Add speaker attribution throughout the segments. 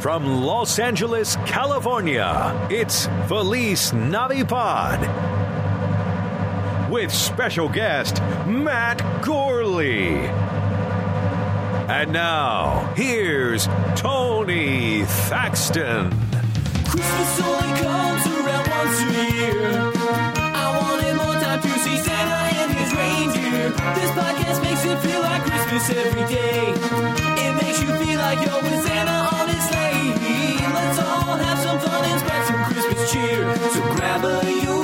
Speaker 1: From Los Angeles, California, it's Felice Navipod. With special guest, Matt Gorley. And now, here's Tony Thaxton.
Speaker 2: Christmas only comes around once a year. I wanted more time to see Santa and his reindeer. This podcast makes it feel like Christmas every day. It makes you feel like you're with Santa on his sleigh. Let's all have some fun and spread some Christmas cheer. So grab a Yule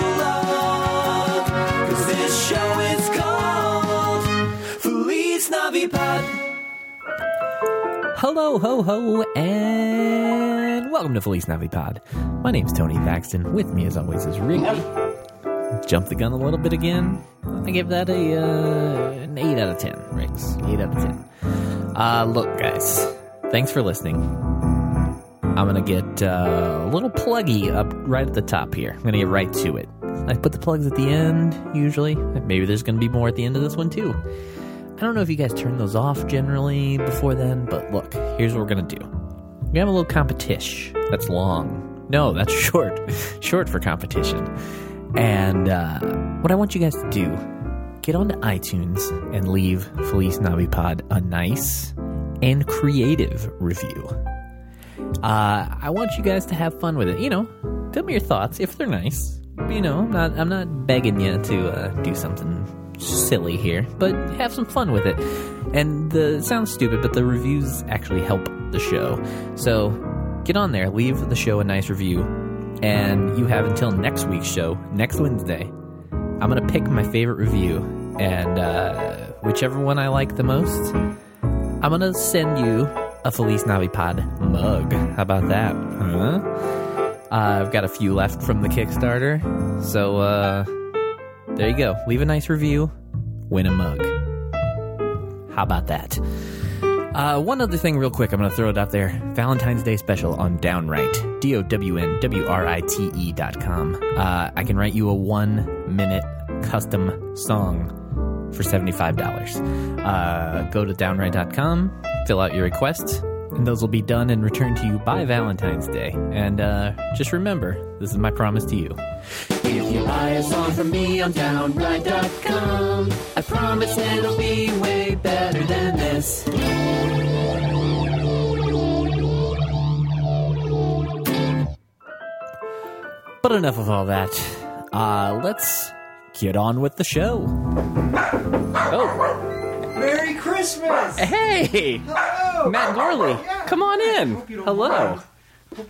Speaker 2: Cause this show is called Feliz Navipod.
Speaker 3: Hello, ho, ho, and welcome to Felice Navipod. My name's Tony Paxton. With me, as always, is Rick. Jump the gun a little bit again. I give that a uh, an eight out of ten, Riggs. Eight out of ten. Uh, look, guys, thanks for listening. I'm gonna get uh, a little pluggy up right at the top here. I'm gonna get right to it. I put the plugs at the end usually. Maybe there's gonna be more at the end of this one too. I don't know if you guys turn those off generally before then, but look, here's what we're gonna do. We're gonna have a little competition. That's long. No, that's short. short for competition. And uh, what I want you guys to do, get onto iTunes and leave Felice Navipod a nice and creative review. Uh, I want you guys to have fun with it. You know, tell me your thoughts if they're nice. You know, I'm not, I'm not begging you to uh, do something silly here, but have some fun with it. And the it sounds stupid, but the reviews actually help the show. So get on there, leave the show a nice review, and you have until next week's show, next Wednesday, I'm gonna pick my favorite review, and uh, whichever one I like the most, I'm gonna send you a Felice Navipod mug. How about that? Huh? Uh, I've got a few left from the Kickstarter, so uh, there you go. Leave a nice review, win a mug. How about that? Uh, one other thing, real quick, I'm going to throw it out there. Valentine's Day special on Downright. D O W N W R I T E dot com. Uh, I can write you a one minute custom song for $75. Uh, go to downright.com, fill out your request, and those will be done and returned to you by Valentine's Day. And uh, just remember, this is my promise to you.
Speaker 2: If you buy a song from me on downright.com, I promise it'll be way better than this.
Speaker 3: But enough of all that. Uh, let's get on with the show. Oh,
Speaker 4: Merry Christmas!
Speaker 3: hey!
Speaker 4: Hello!
Speaker 3: Matt Gorley,
Speaker 4: Yeah.
Speaker 3: come on in.
Speaker 4: hope you don't
Speaker 3: Hello.
Speaker 4: mind.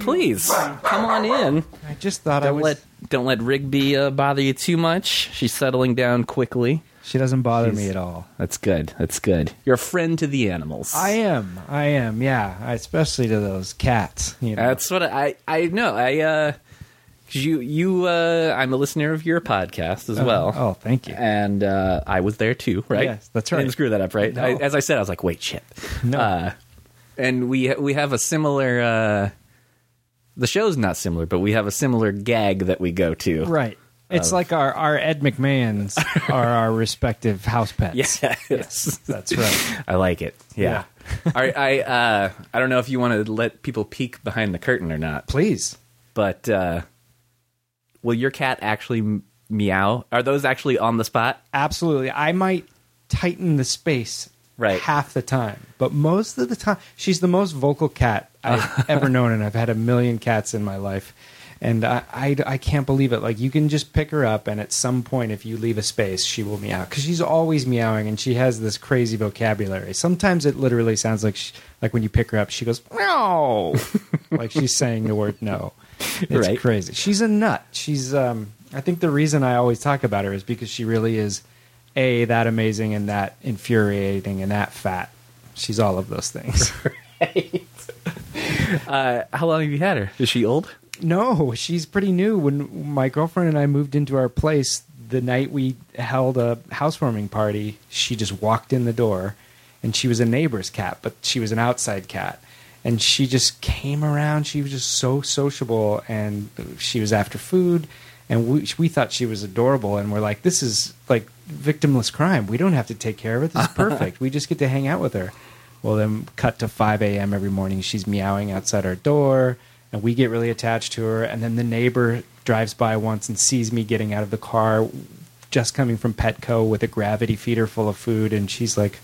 Speaker 3: Please come on in.
Speaker 4: I just thought I
Speaker 3: Don't
Speaker 4: was.
Speaker 3: let don't let Rigby uh, bother you too much. She's settling down quickly.
Speaker 4: she doesn't bother me at all.
Speaker 3: That's good. That's good. You're a friend to the animals.
Speaker 4: I am. I am. Yeah. I- especially to those cats. You know.
Speaker 3: That's what I I know. I uh 'cause you you uh I'm a listener of your podcast as well.
Speaker 4: oh, thank you.
Speaker 3: And uh, I was there too, right?
Speaker 4: Yes, that's right.
Speaker 3: I didn't screw that up, right?
Speaker 4: No.
Speaker 3: I, as I said, I was like, wait, shit.
Speaker 4: No.
Speaker 3: Uh, and we we have a similar. Uh, the show's not similar, but we have a similar gag that we go to.
Speaker 4: right. It's like our, our Ed McMahons are our respective house pets.
Speaker 3: Yeah. Yes.
Speaker 4: That's right.
Speaker 3: I like it. Yeah. All right. I uh, I don't know if you want to let people peek behind the curtain or not,
Speaker 4: Please.
Speaker 3: but uh, will your cat actually m- meow? Are those actually on the spot?
Speaker 4: Absolutely. I might tighten the space
Speaker 3: Right.
Speaker 4: half the time, but most of the time, she's the most vocal cat I've ever known, and I've had a million cats in my life. And I, I, I can't believe it. Like, you can just pick her up, and at some point, if you leave a space, she will meow. Because she's always meowing, and she has this crazy vocabulary. Sometimes it literally sounds like, she, like when you pick her up, she goes, no. like she's saying the word no. It's
Speaker 3: Right.
Speaker 4: crazy. She's a nut. She's um I think the reason I always talk about her is because she really is a that amazing and that infuriating and that fat. She's all of those things.
Speaker 3: Uh, How long have you had her? Is she old?
Speaker 4: no, she's pretty new. When my girlfriend and I moved into our place, the night we held a housewarming party, she just walked in the door and she was a neighbor's cat, but she was an outside cat. And she just came around. She was just so sociable and she was after food. And we, we thought she was adorable. And we're like, this is like victimless crime. We don't have to take care of it. This is perfect. we just get to hang out with her. Well, then cut to 5 a.m. every morning. She's meowing outside our door, and we get really attached to her. And then the neighbor drives by once and sees me getting out of the car, just coming from Petco with a gravity feeder full of food. And she's like,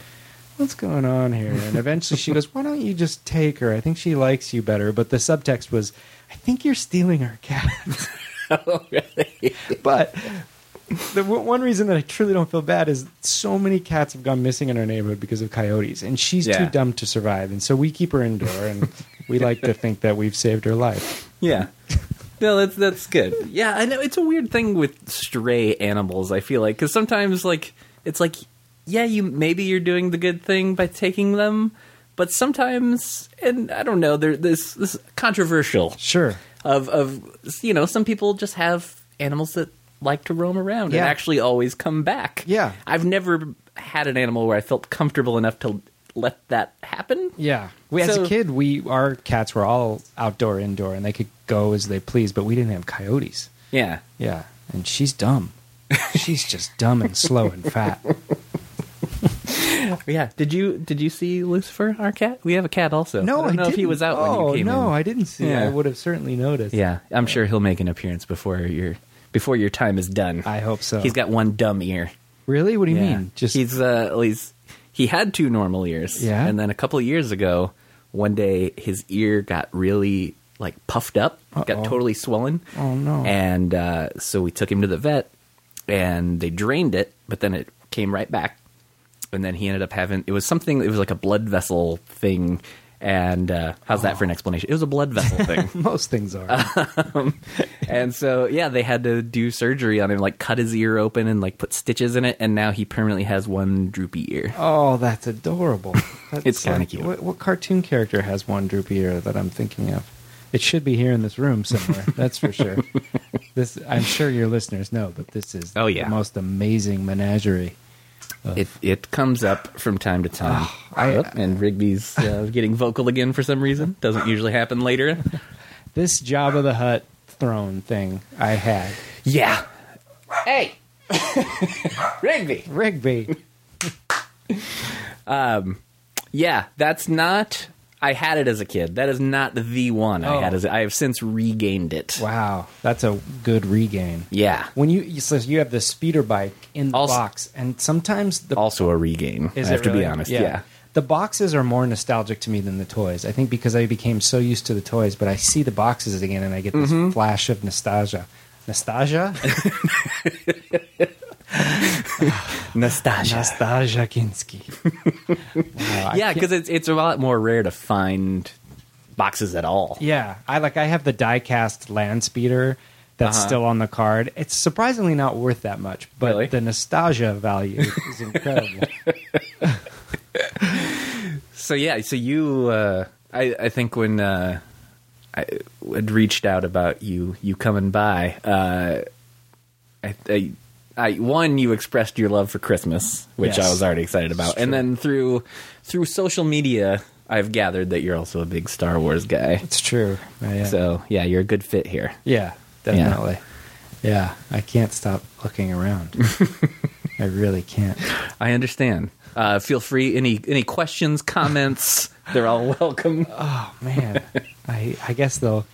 Speaker 4: What's going on here? And eventually she goes, Why don't you just take her? I think she likes you better. But the subtext was, I think you're stealing her cat. but the w- one reason that I truly don't feel bad is so many cats have gone missing in our neighborhood because of coyotes, and she's
Speaker 5: Yeah.
Speaker 4: too dumb to survive, and so we keep her indoor, and we like to think that we've saved her life.
Speaker 5: Yeah. No, that's that's good.
Speaker 3: Yeah, I know it's a weird thing with stray animals. I feel like because sometimes like it's like yeah, you maybe you're doing the good thing by taking them, but sometimes and I don't know. There this this is controversial
Speaker 4: Sure,
Speaker 3: of of you know some people just have animals that like to roam around
Speaker 4: Yeah.
Speaker 3: and actually always come back.
Speaker 4: Yeah.
Speaker 3: I've never had an animal where I felt comfortable enough to let that happen.
Speaker 4: yeah. We as
Speaker 3: So-
Speaker 4: a kid, we our cats were all outdoor, indoor, and they could go as they pleased, but we didn't have coyotes.
Speaker 3: Yeah.
Speaker 4: Yeah, and she's dumb. she's just dumb and slow and fat.
Speaker 3: Yeah. Did you did you see Lucifer, our cat? We have a cat also.
Speaker 4: No,
Speaker 3: I don't know if he
Speaker 4: didn't.
Speaker 3: was out
Speaker 4: oh,
Speaker 3: when you came
Speaker 4: no,
Speaker 3: in.
Speaker 4: I didn't see.
Speaker 3: Yeah.
Speaker 4: I would have certainly noticed.
Speaker 3: Yeah, I'm sure he'll make an appearance before your before your time is done.
Speaker 4: I hope so.
Speaker 3: He's got one dumb ear.
Speaker 4: Really? What do you
Speaker 3: Yeah.
Speaker 4: mean? Just
Speaker 3: he's uh well, he's he had two normal ears.
Speaker 4: Yeah.
Speaker 3: And then a couple of years ago, one day his ear got really like puffed up,
Speaker 4: Uh-oh.
Speaker 3: got totally swollen.
Speaker 4: Oh, no.
Speaker 3: And uh, so we took him to the vet and they drained it, but then it came right back. And then he ended up having it was something it was like a blood vessel thing. And uh, how's that for
Speaker 4: Oh.
Speaker 3: an explanation? It was a blood vessel thing.
Speaker 4: most things are.
Speaker 3: And so, yeah, they had to do surgery on him, like cut his ear open and like put stitches in it, and now he permanently has one droopy ear.
Speaker 4: Oh, that's adorable. That's
Speaker 3: It's kinda
Speaker 4: like-
Speaker 3: cute.
Speaker 4: What, what cartoon character has one droopy ear that I'm thinking of? It should be here in this room somewhere. That's for sure. This, I'm sure your listeners know, but this is
Speaker 3: Oh, yeah.
Speaker 4: the most amazing menagerie.
Speaker 3: It it comes up from time to time.
Speaker 4: I-
Speaker 3: Oh, and Rigby's uh, getting vocal again for some reason. Doesn't usually happen later.
Speaker 4: This Job of the Hut throne thing I had.
Speaker 3: Yeah. Hey, Rigby.
Speaker 4: Rigby.
Speaker 3: Yeah, that's not. I had it as a kid. That is not the one I
Speaker 4: Oh.
Speaker 3: had as. I have since regained it.
Speaker 4: Wow, that's a good regain.
Speaker 3: Yeah.
Speaker 4: When you so you have the speeder bike in the
Speaker 3: Also-
Speaker 4: box, and sometimes the
Speaker 3: Also a regain.
Speaker 4: Is
Speaker 3: I have
Speaker 4: it
Speaker 3: to be
Speaker 4: really?
Speaker 3: honest. yeah.
Speaker 4: The boxes are more nostalgic to me than the toys. I think because I became so used to the toys, but I see the boxes again and I get this
Speaker 3: Mm-hmm.
Speaker 4: flash of nostalgia. Nostalgia?
Speaker 3: Nastasia.
Speaker 4: nostalgia Kinski. Wow, I
Speaker 3: yeah,
Speaker 4: can't-
Speaker 3: because it's it's a lot more rare to find boxes at all.
Speaker 4: Yeah, I like I have the die-cast land speeder that's
Speaker 3: Uh-huh.
Speaker 4: still on the card. It's surprisingly not worth that much, but
Speaker 3: Really?
Speaker 4: the nostalgia value is incredible.
Speaker 3: So yeah, so you, uh, I I think when uh, I had reached out about you you coming by, uh, I, I, I one you expressed your love for Christmas, which
Speaker 4: Yes.
Speaker 3: I was already excited about, and then through through social media, I've gathered that you're also a big Star Wars guy.
Speaker 4: it's true. Uh, Yeah.
Speaker 3: So yeah, you're a good fit here.
Speaker 4: Yeah, definitely. Yeah, I can't stop looking around. I really can't.
Speaker 3: I understand. Uh, feel free any any questions, comments, they're all welcome.
Speaker 4: Oh man, I I guess they'll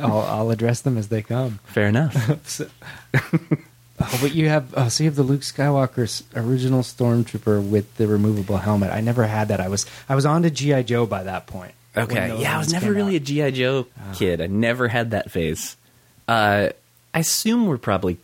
Speaker 4: I'll, I'll address them as they come.
Speaker 3: Fair enough.
Speaker 4: So- oh, but you have oh, so you have the Luke Skywalker's original stormtrooper with the removable helmet. I never had that. I was I was on to GI Joe by that point. when
Speaker 3: Okay.
Speaker 4: those
Speaker 3: Yeah, I was
Speaker 4: ones
Speaker 3: never
Speaker 4: came
Speaker 3: really a
Speaker 4: out. Ah.
Speaker 3: GI Joe kid. I never had that phase. Uh, I assume we're probably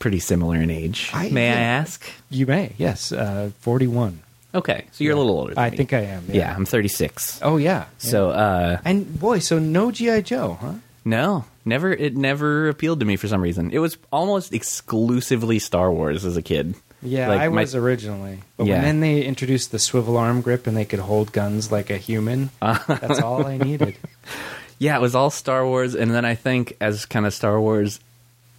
Speaker 3: pretty similar in age.
Speaker 4: I-
Speaker 3: May I
Speaker 4: yeah.
Speaker 3: ask?
Speaker 4: You may yes, uh, forty one.
Speaker 3: Okay, so you're a little older. Than
Speaker 4: I
Speaker 3: me.
Speaker 4: think I am. Yeah.
Speaker 3: Yeah, I'm 36.
Speaker 4: Oh yeah.
Speaker 3: So uh,
Speaker 4: and boy, so no GI Joe, huh?
Speaker 3: no, never. It never appealed to me for some reason. It was almost exclusively Star Wars as a kid.
Speaker 4: Yeah,
Speaker 3: Like,
Speaker 4: I
Speaker 3: my-
Speaker 4: was originally. But
Speaker 3: Yeah.
Speaker 4: when then they introduced the swivel arm grip and they could hold guns like a human, that's all I needed.
Speaker 3: yeah, it was all Star Wars, and then I think as kind of Star Wars,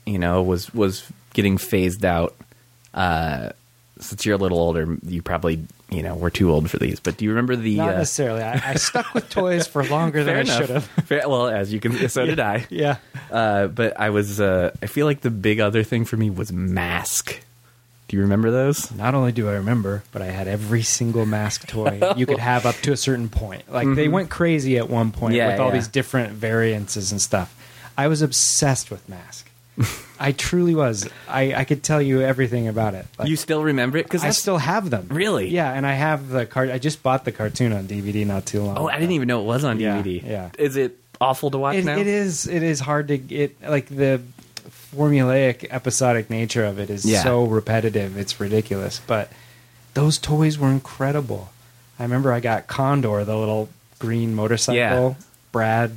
Speaker 3: you know, was was getting phased out. Uh, since you're a little older, you probably you know we're too old for these. But do you remember the?
Speaker 4: Not
Speaker 3: uh,
Speaker 4: necessarily. I, I stuck with toys for longer than
Speaker 3: fair enough.
Speaker 4: I should have.
Speaker 3: Fair- well, as you can, so did I.
Speaker 4: Yeah.
Speaker 3: Uh, but I was. Uh, I feel like the big other thing for me was Mask. Do you remember those?
Speaker 4: Not only do I remember, but I had every single mask toy you could have up to a certain point. Like they went crazy at one point
Speaker 3: Mm-hmm. Yeah,
Speaker 4: with all
Speaker 3: yeah.
Speaker 4: these different variances and stuff. I was obsessed with mask. I truly was. I, I could tell you everything about it. Like,
Speaker 3: you still remember it? Because
Speaker 4: I still have them.
Speaker 3: Really?
Speaker 4: Yeah, and I have the card. I just bought the cartoon on DVD not too long.
Speaker 3: Oh, I didn't even know it was on
Speaker 4: Yeah,
Speaker 3: DVD.
Speaker 4: yeah.
Speaker 3: Is it awful to watch
Speaker 4: It,
Speaker 3: now?
Speaker 4: it is. It is hard to get like the formulaic episodic nature of it is
Speaker 3: Yeah.
Speaker 4: so repetitive. It's ridiculous. But those toys were incredible. I remember I got Condor, the little green motorcycle.
Speaker 3: Yeah.
Speaker 4: Brad.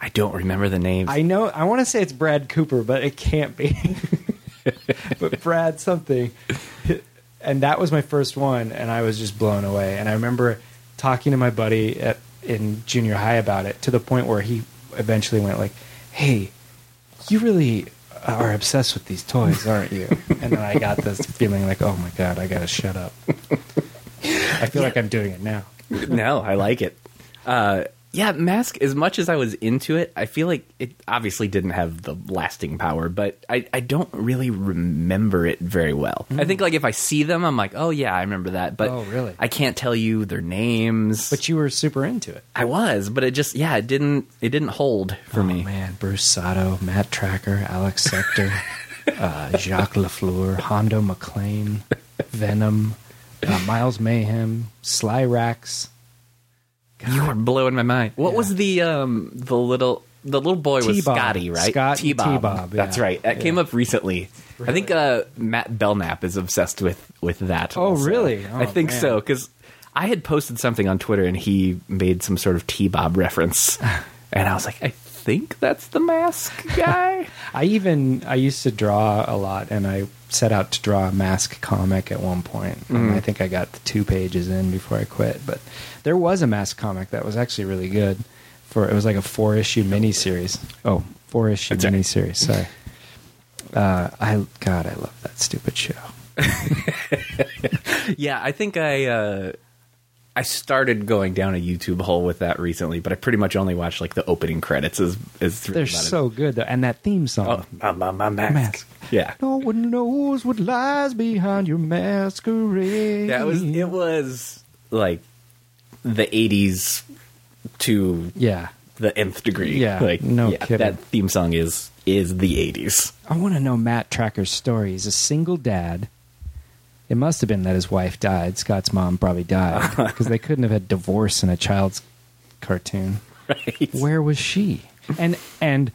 Speaker 3: I don't remember the names.
Speaker 4: I know. I want to say it's Brad Cooper, but it can't be. but Brad something. And that was my first one, and I was just blown away. And I remember talking to my buddy at, in junior high about it to the point where he eventually went like, "Hey, you really are obsessed with these toys, aren't you?" and then I got this feeling like, "Oh my god, I gotta shut up." I feel like I'm doing it now.
Speaker 3: no, I like it. Uh, yeah, Mask. As much as I was into it, I feel like it obviously didn't have the lasting power, but I, I don't really remember it very well. I think like if I see them, I'm like, oh yeah, I remember that. But
Speaker 4: Oh, really?
Speaker 3: I can't tell you their names.
Speaker 4: But you were super into it.
Speaker 3: I was, but it just yeah, it didn't it didn't hold for me.
Speaker 4: Oh, man, Bruce Sato, Matt Tracker, Alex Sector, uh, Jacques Lafleur, Hondo McLean, Venom, uh, Miles Mayhem, Sly Rax.
Speaker 3: You are blowing my mind. What was the um the little the little boy was
Speaker 4: T-Bob.
Speaker 3: Scotty, right?
Speaker 4: Scott and
Speaker 3: T-Bob.
Speaker 4: T-Bob, yeah.
Speaker 3: That's right. That came up recently. I think uh, Matt Belknap is obsessed with with that.
Speaker 4: Oh,
Speaker 3: also.
Speaker 4: really?
Speaker 3: I
Speaker 4: Oh,
Speaker 3: think
Speaker 4: man.
Speaker 3: so because I had posted something on Twitter and he made some sort of T-Bob reference, and I was like, I think that's the mask guy.
Speaker 4: I even I used to draw a lot, and I set out to draw a mask comic at one point. And
Speaker 3: Mm.
Speaker 4: I think I got the two pages in before I quit. But there was a mask comic that was actually really good. For it was like a four issue miniseries. Oh, four issue
Speaker 3: That's all right.
Speaker 4: miniseries. Sorry. Uh, I God, I love that stupid show.
Speaker 3: yeah, I think I. Uh, I started going down a YouTube hole with that recently, but I pretty much only watched like the opening credits. Is is
Speaker 4: They're so good, though. and that theme song.
Speaker 3: Oh, my, my, my mask.
Speaker 4: Mask.
Speaker 3: Yeah.
Speaker 4: No one knows what lies behind your masquerade.
Speaker 3: That was it was like the 80s to
Speaker 4: yeah.
Speaker 3: the nth degree.
Speaker 4: Yeah,
Speaker 3: Like
Speaker 4: no
Speaker 3: yeah,
Speaker 4: kidding.
Speaker 3: that theme song is is the 80s.
Speaker 4: I want to know Matt Tracker's story. He's a single dad. It must have been that his wife died. Scott's mom probably died because they couldn't have had divorce in a child's cartoon.
Speaker 3: Right.
Speaker 4: Where was she? And and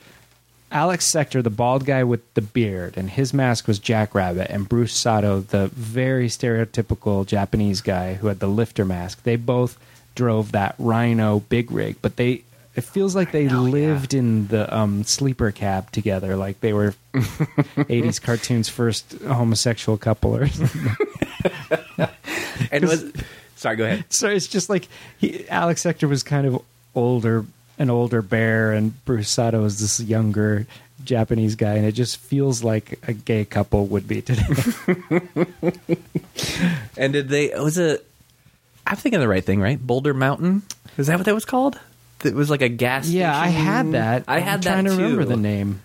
Speaker 4: Alex Sector, the bald guy with the beard, and his mask was Jackrabbit, and Bruce Sato, the very stereotypical Japanese guy who had the lifter mask. They both drove that Rhino big rig, but they it feels like they lived in the um, sleeper cab together, like they were '80s cartoons first homosexual couple or
Speaker 3: And it was Sorry, go ahead.
Speaker 4: so it's just like he, Alex Hector was kind of older, an older bear, and Bruce Sato was this younger Japanese guy, and it just feels like a gay couple would be today.
Speaker 3: And did they it was a I'm thinking the right thing, right? Boulder Mountain? Is that what that was called? It was like a gas
Speaker 4: yeah, I
Speaker 3: station?
Speaker 4: had that.
Speaker 3: Mm. I had
Speaker 4: am
Speaker 3: that
Speaker 4: Trying to
Speaker 3: too.
Speaker 4: remember the name.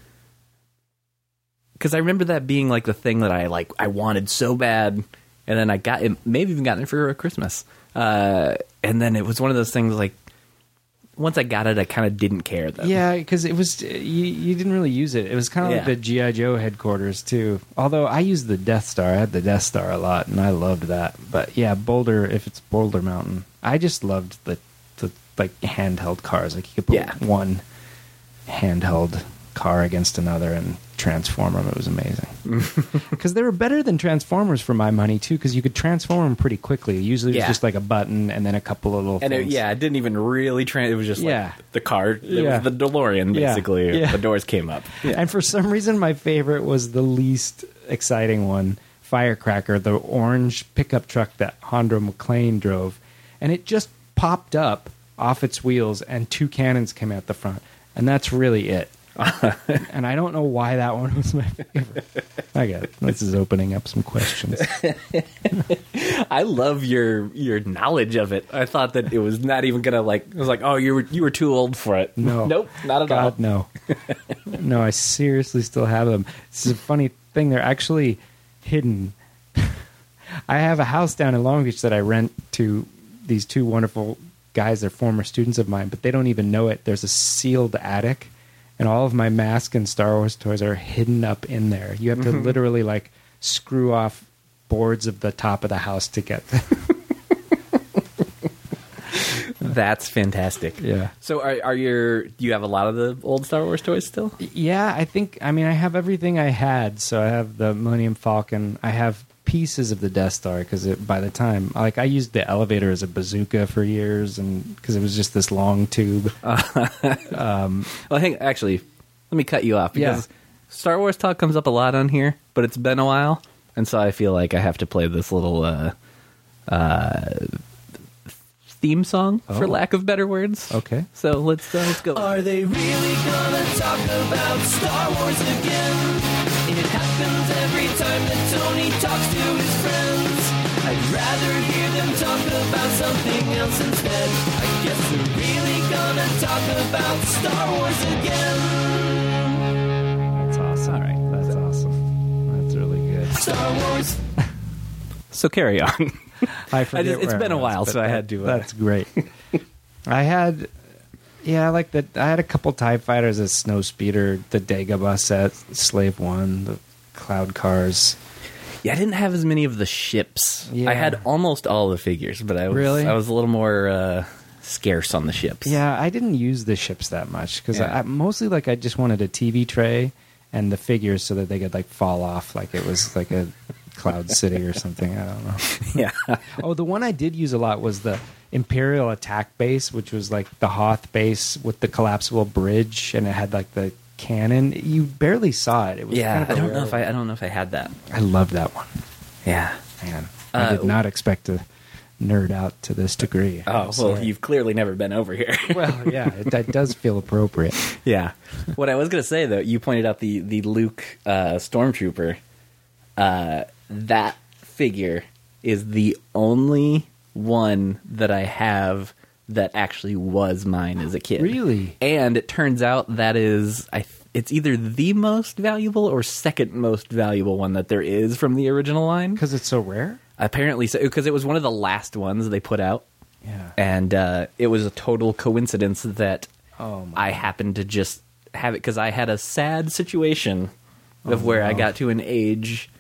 Speaker 3: because I remember that being like the thing that I like I wanted so bad, and then I got it, maybe even gotten it for Christmas. Uh, and then it was one of those things like once I got it, I kind of didn't care though.
Speaker 4: Yeah, because it was you, you didn't really use it. It was kind of
Speaker 3: Yeah.
Speaker 4: like the GI Joe headquarters too. Although I used the Death Star, I had the Death Star a lot, and I loved that. But yeah, Boulder, if it's Boulder Mountain, I just loved the the like handheld cars. Like you could put
Speaker 3: Yeah.
Speaker 4: one handheld car against another and transform them. It was amazing because they were better than transformers for my money too. Because you could transform them pretty quickly. Usually it was
Speaker 3: Yeah.
Speaker 4: just like a button and then a couple of little
Speaker 3: and it,
Speaker 4: things.
Speaker 3: yeah, it didn't even really train. It was just
Speaker 4: Yeah.
Speaker 3: like the car. It
Speaker 4: Yeah.
Speaker 3: was the DeLorean
Speaker 4: Yeah.
Speaker 3: basically.
Speaker 4: Yeah.
Speaker 3: The doors came up.
Speaker 4: And for some reason, my favorite was the least exciting one Firecracker, the orange pickup truck that Hondo McLean drove. And it just popped up off its wheels, and two cannons came out the front. And that's really it. and I don't know why that one was my favorite. I guess this is opening up some questions.
Speaker 3: I love your your knowledge of it. I thought that it was not even gonna like. I was like, oh, you were you were too old for it.
Speaker 4: No.
Speaker 3: nope, not at all.
Speaker 4: God, no. no, I seriously still have them. This is a funny thing. They're actually hidden. I have a house down in Long Beach that I rent to these two wonderful guys. They're former students of mine, but they don't even know it. There's a sealed attic, and all of my mask and Star Wars toys are hidden up in there. You have to
Speaker 3: Mm-hmm.
Speaker 4: literally like screw off boards of the top of the house to get them.
Speaker 3: That's fantastic.
Speaker 4: Yeah.
Speaker 3: So are are your do you have a lot of the old Star Wars toys still?
Speaker 4: Yeah, I think I mean I have everything I had. So I have the Millennium Falcon. I have pieces of the Death Star because by the time like I used the elevator as a bazooka for years, and because it was just this long tube.
Speaker 3: Well, Oh, hang actually, let me cut you off because
Speaker 4: Yeah.
Speaker 3: Star Wars talk comes up a lot on here, but it's been a while, and so I feel like I have to play this little uh, uh, theme song for lack of better words.
Speaker 4: Oh. Okay.
Speaker 3: So let's uh, let's go.
Speaker 6: Are they really gonna talk about Star Wars again? It happens every time that Tony talks to his friends. I'd rather hear them talk about something else instead. I guess they're really gonna talk about Star Wars again.
Speaker 4: That's awesome. All right, that's awesome. That's really good.
Speaker 6: Star Wars.
Speaker 3: So carry on.
Speaker 4: I forget.
Speaker 3: just- it's
Speaker 4: where
Speaker 3: been a
Speaker 4: was,
Speaker 3: while,
Speaker 4: but
Speaker 3: so I
Speaker 4: that-
Speaker 3: had to, uh,
Speaker 4: That's great. I had, yeah, I like that. I had a couple Tie Fighters, a Snow Speeder, the Dagobah set, Slave One, the Cloud Cars.
Speaker 3: yeah, I didn't have as many of the ships.
Speaker 4: Yeah.
Speaker 3: I had almost all the figures, but I was
Speaker 4: Really?
Speaker 3: I was a little more uh, scarce on the ships.
Speaker 4: Yeah, I didn't use the ships that much because
Speaker 3: Yeah.
Speaker 4: I, I mostly like I just wanted a TV tray and the figures so that they could like fall off like it was like a Cloud City or something. I don't know.
Speaker 3: yeah.
Speaker 4: Oh, the one I did use a lot was the Imperial Attack Base, which was like the Hoth base with the collapsible bridge, and it had like the cannon. You barely saw it. It was
Speaker 3: Yeah,
Speaker 4: Kind
Speaker 3: I
Speaker 4: of
Speaker 3: don't know if I I don't know if I had that.
Speaker 4: I love that one.
Speaker 3: Yeah.
Speaker 4: Man,
Speaker 3: Uh,
Speaker 4: I did not expect to nerd out to this degree. I'm
Speaker 3: Oh, well,
Speaker 4: sorry.
Speaker 3: you've clearly never been over here.
Speaker 4: Well, yeah, it, that does feel appropriate.
Speaker 3: Yeah. what I was gonna say though, you pointed out the the Luke uh, stormtrooper. Uh, that figure is the only one that I have that actually was mine as a kid.
Speaker 4: Really?
Speaker 3: And it turns out that is I. th- It's either the most valuable or second most valuable one that there is from the original line.
Speaker 4: Because it's so rare?
Speaker 3: Apparently, so because it was one of the last ones they put out
Speaker 4: Yeah.
Speaker 3: and uh, it was a total coincidence that
Speaker 4: Oh, my
Speaker 3: I happened to just have it because I had a sad situation of where I got to an age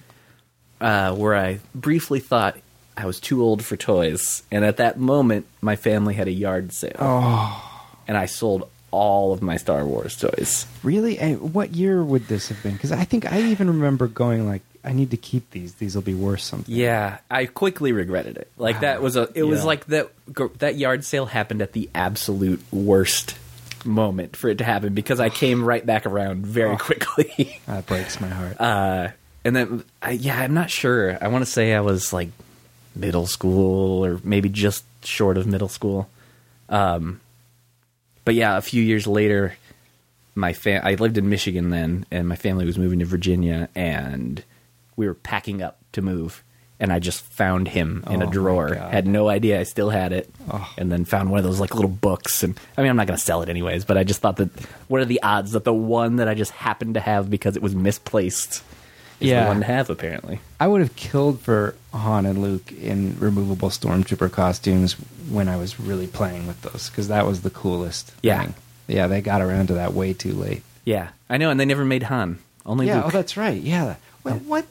Speaker 3: uh, where I briefly thought I was too old for toys, and at that moment, my family had a yard sale, and I sold all of my Star Wars toys.
Speaker 4: Really? And what year would this have been? Because I think I even remember going like, I need to keep these. These will be worth something.
Speaker 3: Yeah, I quickly regretted it. Like that was a. It was
Speaker 4: Yeah.
Speaker 3: like that. gr- That yard sale happened at the absolute worst moment for it to happen because I came right back around very quickly.
Speaker 4: That breaks my heart.
Speaker 3: uh, and then, I, yeah, I'm not sure. I want to say I was like middle school or maybe just short of middle school. Um, but yeah, a few years later, my fam- I lived in Michigan then, and my family was moving to Virginia, and we were packing up to move. And I just found him in
Speaker 4: Oh
Speaker 3: a
Speaker 4: my
Speaker 3: drawer.
Speaker 4: God. Oh.
Speaker 3: Had no idea I still had it, and then found one of those like little books. And I mean, I'm not going to sell it anyways, but I just thought that what are the odds that the one that I just happened to have because it was misplaced is
Speaker 4: Yeah.
Speaker 3: the one to have? Apparently,
Speaker 4: I would have killed for Han and Luke in removable stormtrooper costumes when I was really playing with those because that was the coolest.
Speaker 3: Yeah.
Speaker 4: thing. yeah, they got around to that way too late.
Speaker 3: yeah, I know. And they never made Han. Only
Speaker 4: yeah,
Speaker 3: Luke.
Speaker 4: oh, that's right. Yeah, well, what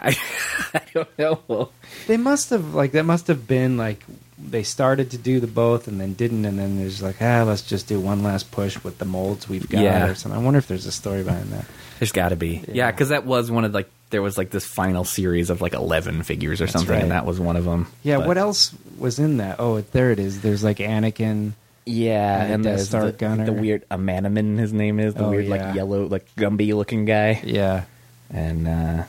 Speaker 3: I, I don't know. Well,
Speaker 4: they must have like that must have been like they started to do the both and then didn't and then there's like ah let's just do one last push with the molds we've got
Speaker 3: Yeah.
Speaker 4: or something. I wonder if there's a story behind that.
Speaker 3: There's got to be. Yeah,
Speaker 4: Yeah.
Speaker 3: because that was one of like there was like this final series of like eleven figures or something,
Speaker 4: right.
Speaker 3: and that was one of them.
Speaker 4: Yeah,
Speaker 3: But-
Speaker 4: what else was in that? Oh, there it is. There's like Anakin.
Speaker 3: Yeah,
Speaker 4: And
Speaker 3: and,
Speaker 4: the
Speaker 3: there's
Speaker 4: Star
Speaker 3: the,
Speaker 4: Gunner.
Speaker 3: the weird Amanaman, his name is the
Speaker 4: Oh,
Speaker 3: weird
Speaker 4: yeah.
Speaker 3: like yellow like Gumby looking guy,
Speaker 4: Yeah,
Speaker 3: and uh,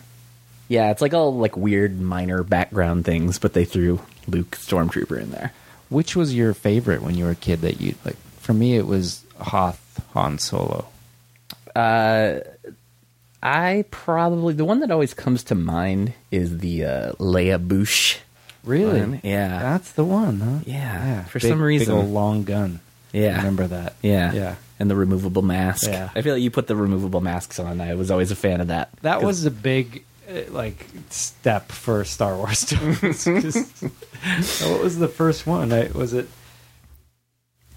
Speaker 3: yeah, it's like all like weird minor background things, but they threw Luke Stormtrooper in there.
Speaker 4: Which was your favorite when you were a kid that you like? For me, it was Hoth Han Solo.
Speaker 3: I probably the one that always comes to mind is the uh, Leia Boosh. Really? Yeah.
Speaker 4: that's the one, huh?
Speaker 3: Yeah. For
Speaker 4: Big-
Speaker 3: some reason-
Speaker 4: big old long gun.
Speaker 3: Yeah.
Speaker 4: remember that?
Speaker 3: Yeah.
Speaker 4: yeah.
Speaker 3: And the removable mask.
Speaker 4: Yeah.
Speaker 3: I feel like you put the removable masks on. I was always a fan of that.
Speaker 4: That
Speaker 3: 'Cause-
Speaker 4: was a big eh, like step for Star Wars stories. Just- what was the first one? I, was it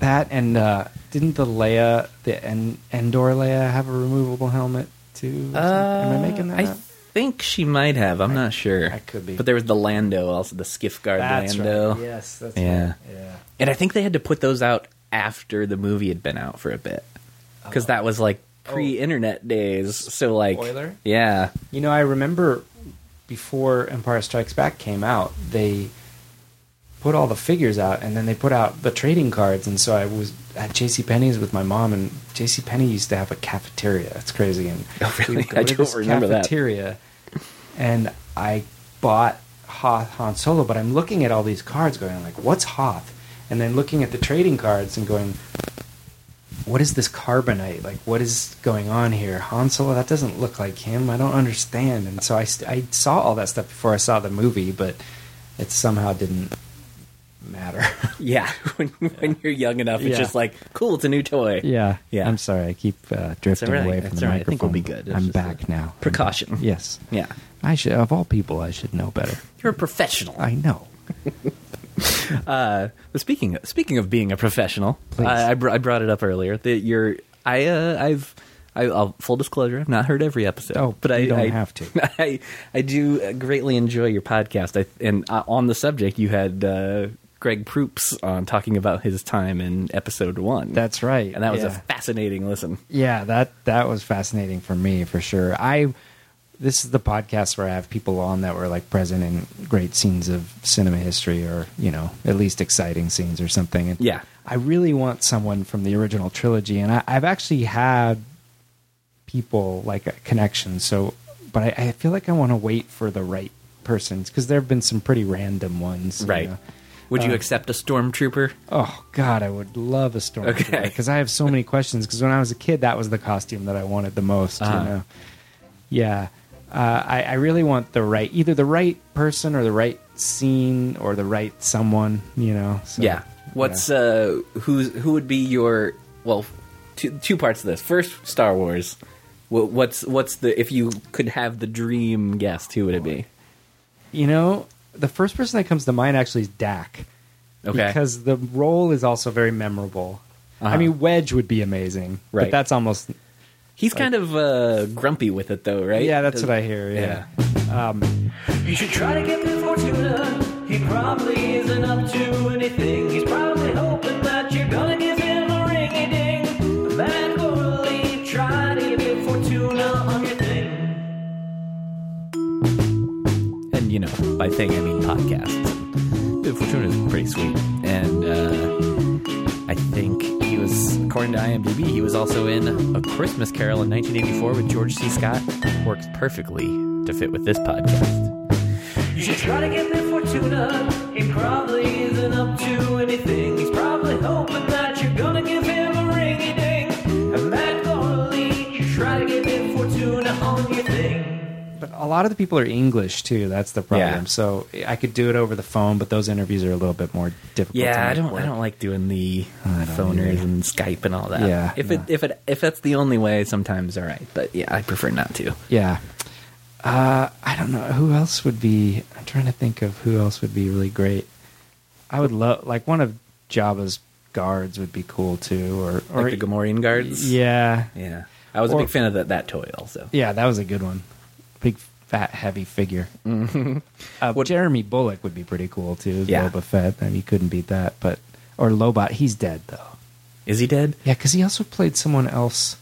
Speaker 4: that and uh, didn't the Leia the en- Endor Leia have a removable helmet too? or something? Am Uh, I making that
Speaker 3: Uh, I
Speaker 4: up?
Speaker 3: think she might have. I'm not sure.
Speaker 4: I could be.
Speaker 3: But there was the Lando, also the skiff guard
Speaker 4: That's
Speaker 3: Lando.
Speaker 4: right. Yes, that's
Speaker 3: Yeah.
Speaker 4: right. Yeah.
Speaker 3: And I think they had to put those out after the movie had been out for a bit.
Speaker 4: Oh.
Speaker 3: Because that was like pre internet days. So, like,
Speaker 4: Spoiler?
Speaker 3: yeah.
Speaker 4: You know, I remember before Empire Strikes Back came out, they put all the figures out and then they put out the trading cards and so I was at JC Penney's with my mom and JC Penney used to have a cafeteria. It's crazy and
Speaker 3: Oh, really?
Speaker 4: we'd go
Speaker 3: I
Speaker 4: to
Speaker 3: don't
Speaker 4: this
Speaker 3: remember that.
Speaker 4: cafeteria and I bought Hoth Han Solo, but I'm looking at all these cards going like, "What's Hoth?" And then looking at the trading cards and going, what is this carbonite? Like, what is going on here? Han Solo, that doesn't look like him. I don't understand. And so I, st- I saw all that stuff before I saw the movie, but it somehow didn't matter.
Speaker 3: Yeah. when, when you're young enough, it's
Speaker 4: Yeah.
Speaker 3: just like, cool, it's a new toy.
Speaker 4: yeah.
Speaker 3: Yeah.
Speaker 4: I'm sorry. I keep uh, drifting
Speaker 3: all right.
Speaker 4: away from
Speaker 3: That's
Speaker 4: the
Speaker 3: all right. I
Speaker 4: microphone.
Speaker 3: think we'll be good. It's
Speaker 4: I'm
Speaker 3: just
Speaker 4: back
Speaker 3: a
Speaker 4: now.
Speaker 3: Precaution.
Speaker 4: Yes.
Speaker 3: Yeah.
Speaker 4: I should, of all people, I should know better.
Speaker 3: You're a professional.
Speaker 4: I know.
Speaker 3: Uh, But speaking speaking of being a professional,
Speaker 4: Please.
Speaker 3: I, I, br- I brought it up earlier that you're I uh, I've I, I'll, full disclosure I've not heard every episode.
Speaker 4: Oh,
Speaker 3: but I
Speaker 4: you don't
Speaker 3: I,
Speaker 4: have to.
Speaker 3: I I do greatly enjoy your podcast. I, and uh, on the subject, you had uh, Greg Proops on talking about his time in episode one.
Speaker 4: That's right.
Speaker 3: and that was a
Speaker 4: Yeah.
Speaker 3: fascinating listen.
Speaker 4: yeah that that was fascinating for me for sure i this is the podcast where i have people on that were like present in great scenes of cinema history or you know at least exciting scenes or something and
Speaker 3: Yeah.
Speaker 4: i really want someone from the original trilogy and I, i've actually had people like a connection so but i, I feel like i want to wait for the right persons because there have been some pretty random ones you know.
Speaker 3: Would
Speaker 4: Uh,
Speaker 3: you accept a stormtrooper?
Speaker 4: Oh God, I would love a stormtrooper
Speaker 3: Okay.
Speaker 4: because I have so many questions. Because when I was a kid, that was the costume that I wanted the most.
Speaker 3: Uh-huh.
Speaker 4: You know, yeah. Uh, I, I really want the right, either the right person or the right scene or the right someone. You know. So,
Speaker 3: yeah. What's uh who's who would be your well two two parts of this. First Star Wars. Wh- What's what's the if you could have the dream guest who would it be?
Speaker 4: you know the first person that comes to mind actually is Dak.
Speaker 3: Okay.
Speaker 4: Because the role is also very memorable.
Speaker 3: Uh-huh.
Speaker 4: I mean, Wedge would be amazing,
Speaker 3: Right.
Speaker 4: but that's almost
Speaker 3: He's kind of uh grumpy with it though, right?
Speaker 4: yeah, that's what I hear.
Speaker 3: Yeah.
Speaker 4: Yeah,
Speaker 6: You should try to get before Fortuna. He probably isn't up to anything. He's probably hoping that you're gonna give him a ringy ding. Matt Corley, try to get Fortuna on your thing.
Speaker 3: And you know, by thing I mean podcasts. Dude, Fortuna's pretty sweet. And uh I think he was according to IMDb, he was also in A Christmas Carol in 1984 with George C. Scott. Works perfectly to fit with this podcast.
Speaker 6: You should try to get before Fortuna. He probably isn't up to anything. He's probably hoping that you're gonna give him a ringy ding. Matt Corley, try to get before Fortuna on your thing.
Speaker 4: But a lot of the people are English too. That's the problem.
Speaker 3: Yeah.
Speaker 4: So I could do it over the phone, but those interviews are a little bit more difficult. to
Speaker 3: Yeah, I
Speaker 4: make
Speaker 3: don't.
Speaker 4: work.
Speaker 3: I don't like doing the phoners and Skype and all that.
Speaker 4: Yeah,
Speaker 3: if it
Speaker 4: no.
Speaker 3: if it if that's the only way, sometimes all right. But yeah, I prefer not to.
Speaker 4: Yeah, uh, I don't know who else would be. I'm trying to think of who else would be really great. I would love like one of Jabba's guards would be cool too, or or
Speaker 3: Like the Gamorrean guards.
Speaker 4: yeah,
Speaker 3: yeah. I was a
Speaker 4: Or-
Speaker 3: big fan of that that toy also.
Speaker 4: yeah, that was a good one. Big fat heavy figure. Mm-hmm. Uh, Jeremy Bullock would be pretty cool too. as
Speaker 3: Yeah.
Speaker 4: Boba Fett. I mean, you couldn't beat that. But or Lobot, he's dead though.
Speaker 3: Is he dead?
Speaker 4: Yeah, because he also played someone else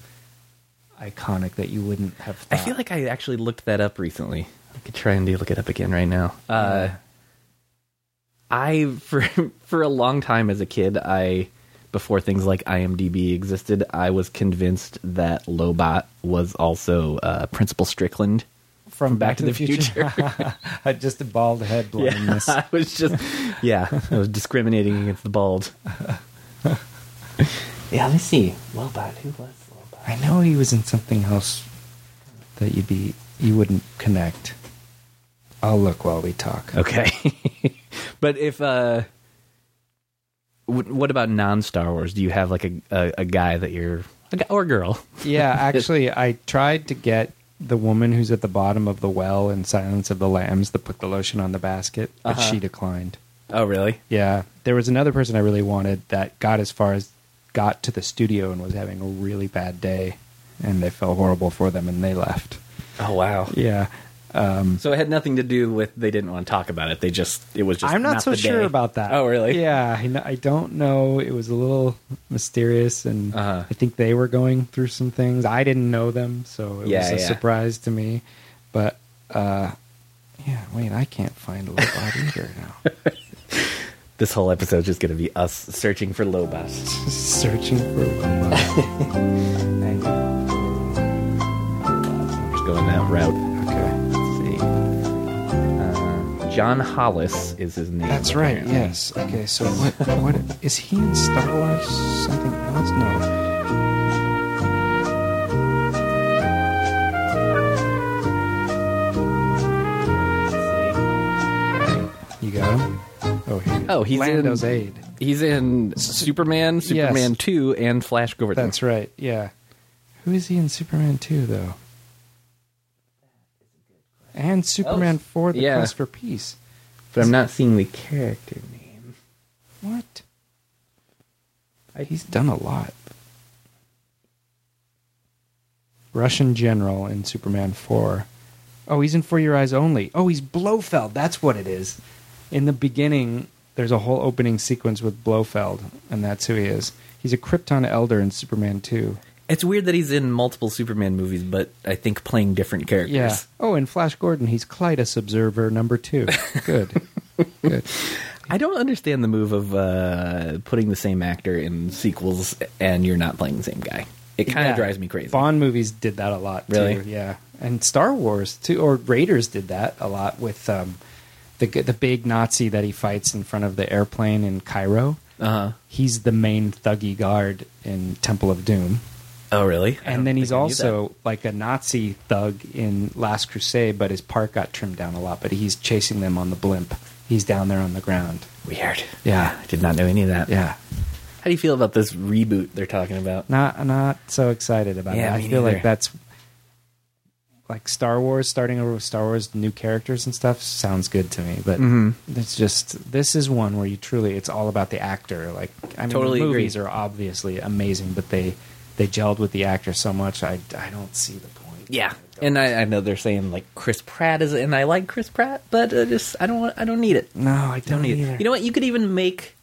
Speaker 4: iconic that you wouldn't have.
Speaker 3: I
Speaker 4: Thought.
Speaker 3: feel like I actually looked that up recently. I could try and do- look it up again right now. Uh, I for for a long time as a kid, I before things like IMDb existed, I was convinced that Lobot was also uh, Principal Strickland.
Speaker 4: from
Speaker 3: Back to the Future.
Speaker 4: just a bald head blindness.
Speaker 3: I was just, yeah, I was discriminating against the bald. yeah, let me see. Lobot, who was Lobot?
Speaker 4: I know he was in something else that you'd be you wouldn't connect. I'll look while we talk.
Speaker 3: Okay, but if uh, w- what about non-Star Wars? Do you have like a a, a guy that you're a guy or girl?
Speaker 4: Yeah, actually, I tried to get the woman who's at the bottom of the well in Silence of the Lambs that put the lotion on the basket, but she declined.
Speaker 3: Oh, really?
Speaker 4: Yeah, there was another person I really wanted that got as far as got to the studio and was having a really bad day, and they felt horrible for them and they left.
Speaker 3: Oh, wow.
Speaker 4: Yeah,
Speaker 3: So it had nothing to do with they didn't want to talk about it. They just it was just
Speaker 4: I'm not, so
Speaker 3: the
Speaker 4: sure
Speaker 3: day.
Speaker 4: about that.
Speaker 3: Oh, really?
Speaker 4: Yeah, I kn- I don't know. It was a little mysterious, and
Speaker 3: Uh-huh.
Speaker 4: I think they were going through some things. I didn't know them, so it
Speaker 3: Yeah,
Speaker 4: was a
Speaker 3: yeah.
Speaker 4: surprise to me. But uh, yeah, wait, I can't find Lobot either now.
Speaker 3: This whole episode's just going to be us searching for Lobos.
Speaker 4: Searching for Lobot. Hang on.
Speaker 3: We're just going that route.
Speaker 4: okay,
Speaker 3: Let's see. Uh, John Hollis is his name.
Speaker 4: that's right. Yes. Okay, so what? What is he in Star Wars? Something else? No. You got him. Oh, here he is.
Speaker 3: Oh, he's
Speaker 4: Lando's
Speaker 3: in
Speaker 4: aid.
Speaker 3: He's in Superman, Superman 2 and Flash Gordon.
Speaker 4: That's right. Yeah. Who is he in Superman 2 though? And Superman 4 The
Speaker 3: yeah.
Speaker 4: Quest for Peace.
Speaker 3: But I'm not seeing the character name.
Speaker 4: What? He's done a lot. Russian general in Superman 4. Oh, he's in For Your Eyes Only. Oh, he's Blofeld. That's what it is. In the beginning, there's a whole opening sequence with Blofeld, and that's who he is. He's a Krypton elder in Superman 2.
Speaker 3: It's weird that he's in multiple Superman movies, but I think playing different characters.
Speaker 4: Yeah. Oh, in Flash Gordon, he's Clytus Observer number 2. Good. Good.
Speaker 3: I don't understand the move of uh, putting the same actor in sequels and you're not playing the same guy. It kind of
Speaker 4: Yeah.
Speaker 3: drives me crazy.
Speaker 4: Bond movies did that a lot, too.
Speaker 3: Really?
Speaker 4: Yeah, and Star Wars too, or Raiders did that a lot with um, the g- the big Nazi that he fights in front of the airplane in Cairo.
Speaker 3: Uh-huh.
Speaker 4: He's the main thuggy guard in Temple of Doom,
Speaker 3: Oh, really? I don't
Speaker 4: and then he's
Speaker 3: think I knew
Speaker 4: also like a Nazi thug in Last Crusade, but his part got trimmed down a lot. But he's chasing them on the blimp. He's down there on the ground.
Speaker 3: that. weird.
Speaker 4: Yeah.
Speaker 3: I did not know any of that.
Speaker 4: Yeah,
Speaker 3: How do you feel about this reboot they're talking about?
Speaker 4: not not so excited about
Speaker 3: Yeah,
Speaker 4: it. I
Speaker 3: me
Speaker 4: feel like
Speaker 3: neither.
Speaker 4: that's like Star Wars starting over with Star Wars new characters and stuff sounds good to me, but
Speaker 3: Mm-hmm.
Speaker 4: it's just this is one where you truly it's all about the actor. Like I mean,
Speaker 3: Totally
Speaker 4: the
Speaker 3: agree.
Speaker 4: movies are obviously amazing, but they they gelled with the actor so much. I I don't see the point.
Speaker 3: Yeah, and I, I know they're saying like Chris Pratt is, and I like Chris Pratt, but I just I don't want I don't need it.
Speaker 4: No, I don't,
Speaker 3: Don't need
Speaker 4: either.
Speaker 3: it. You know what? You could even make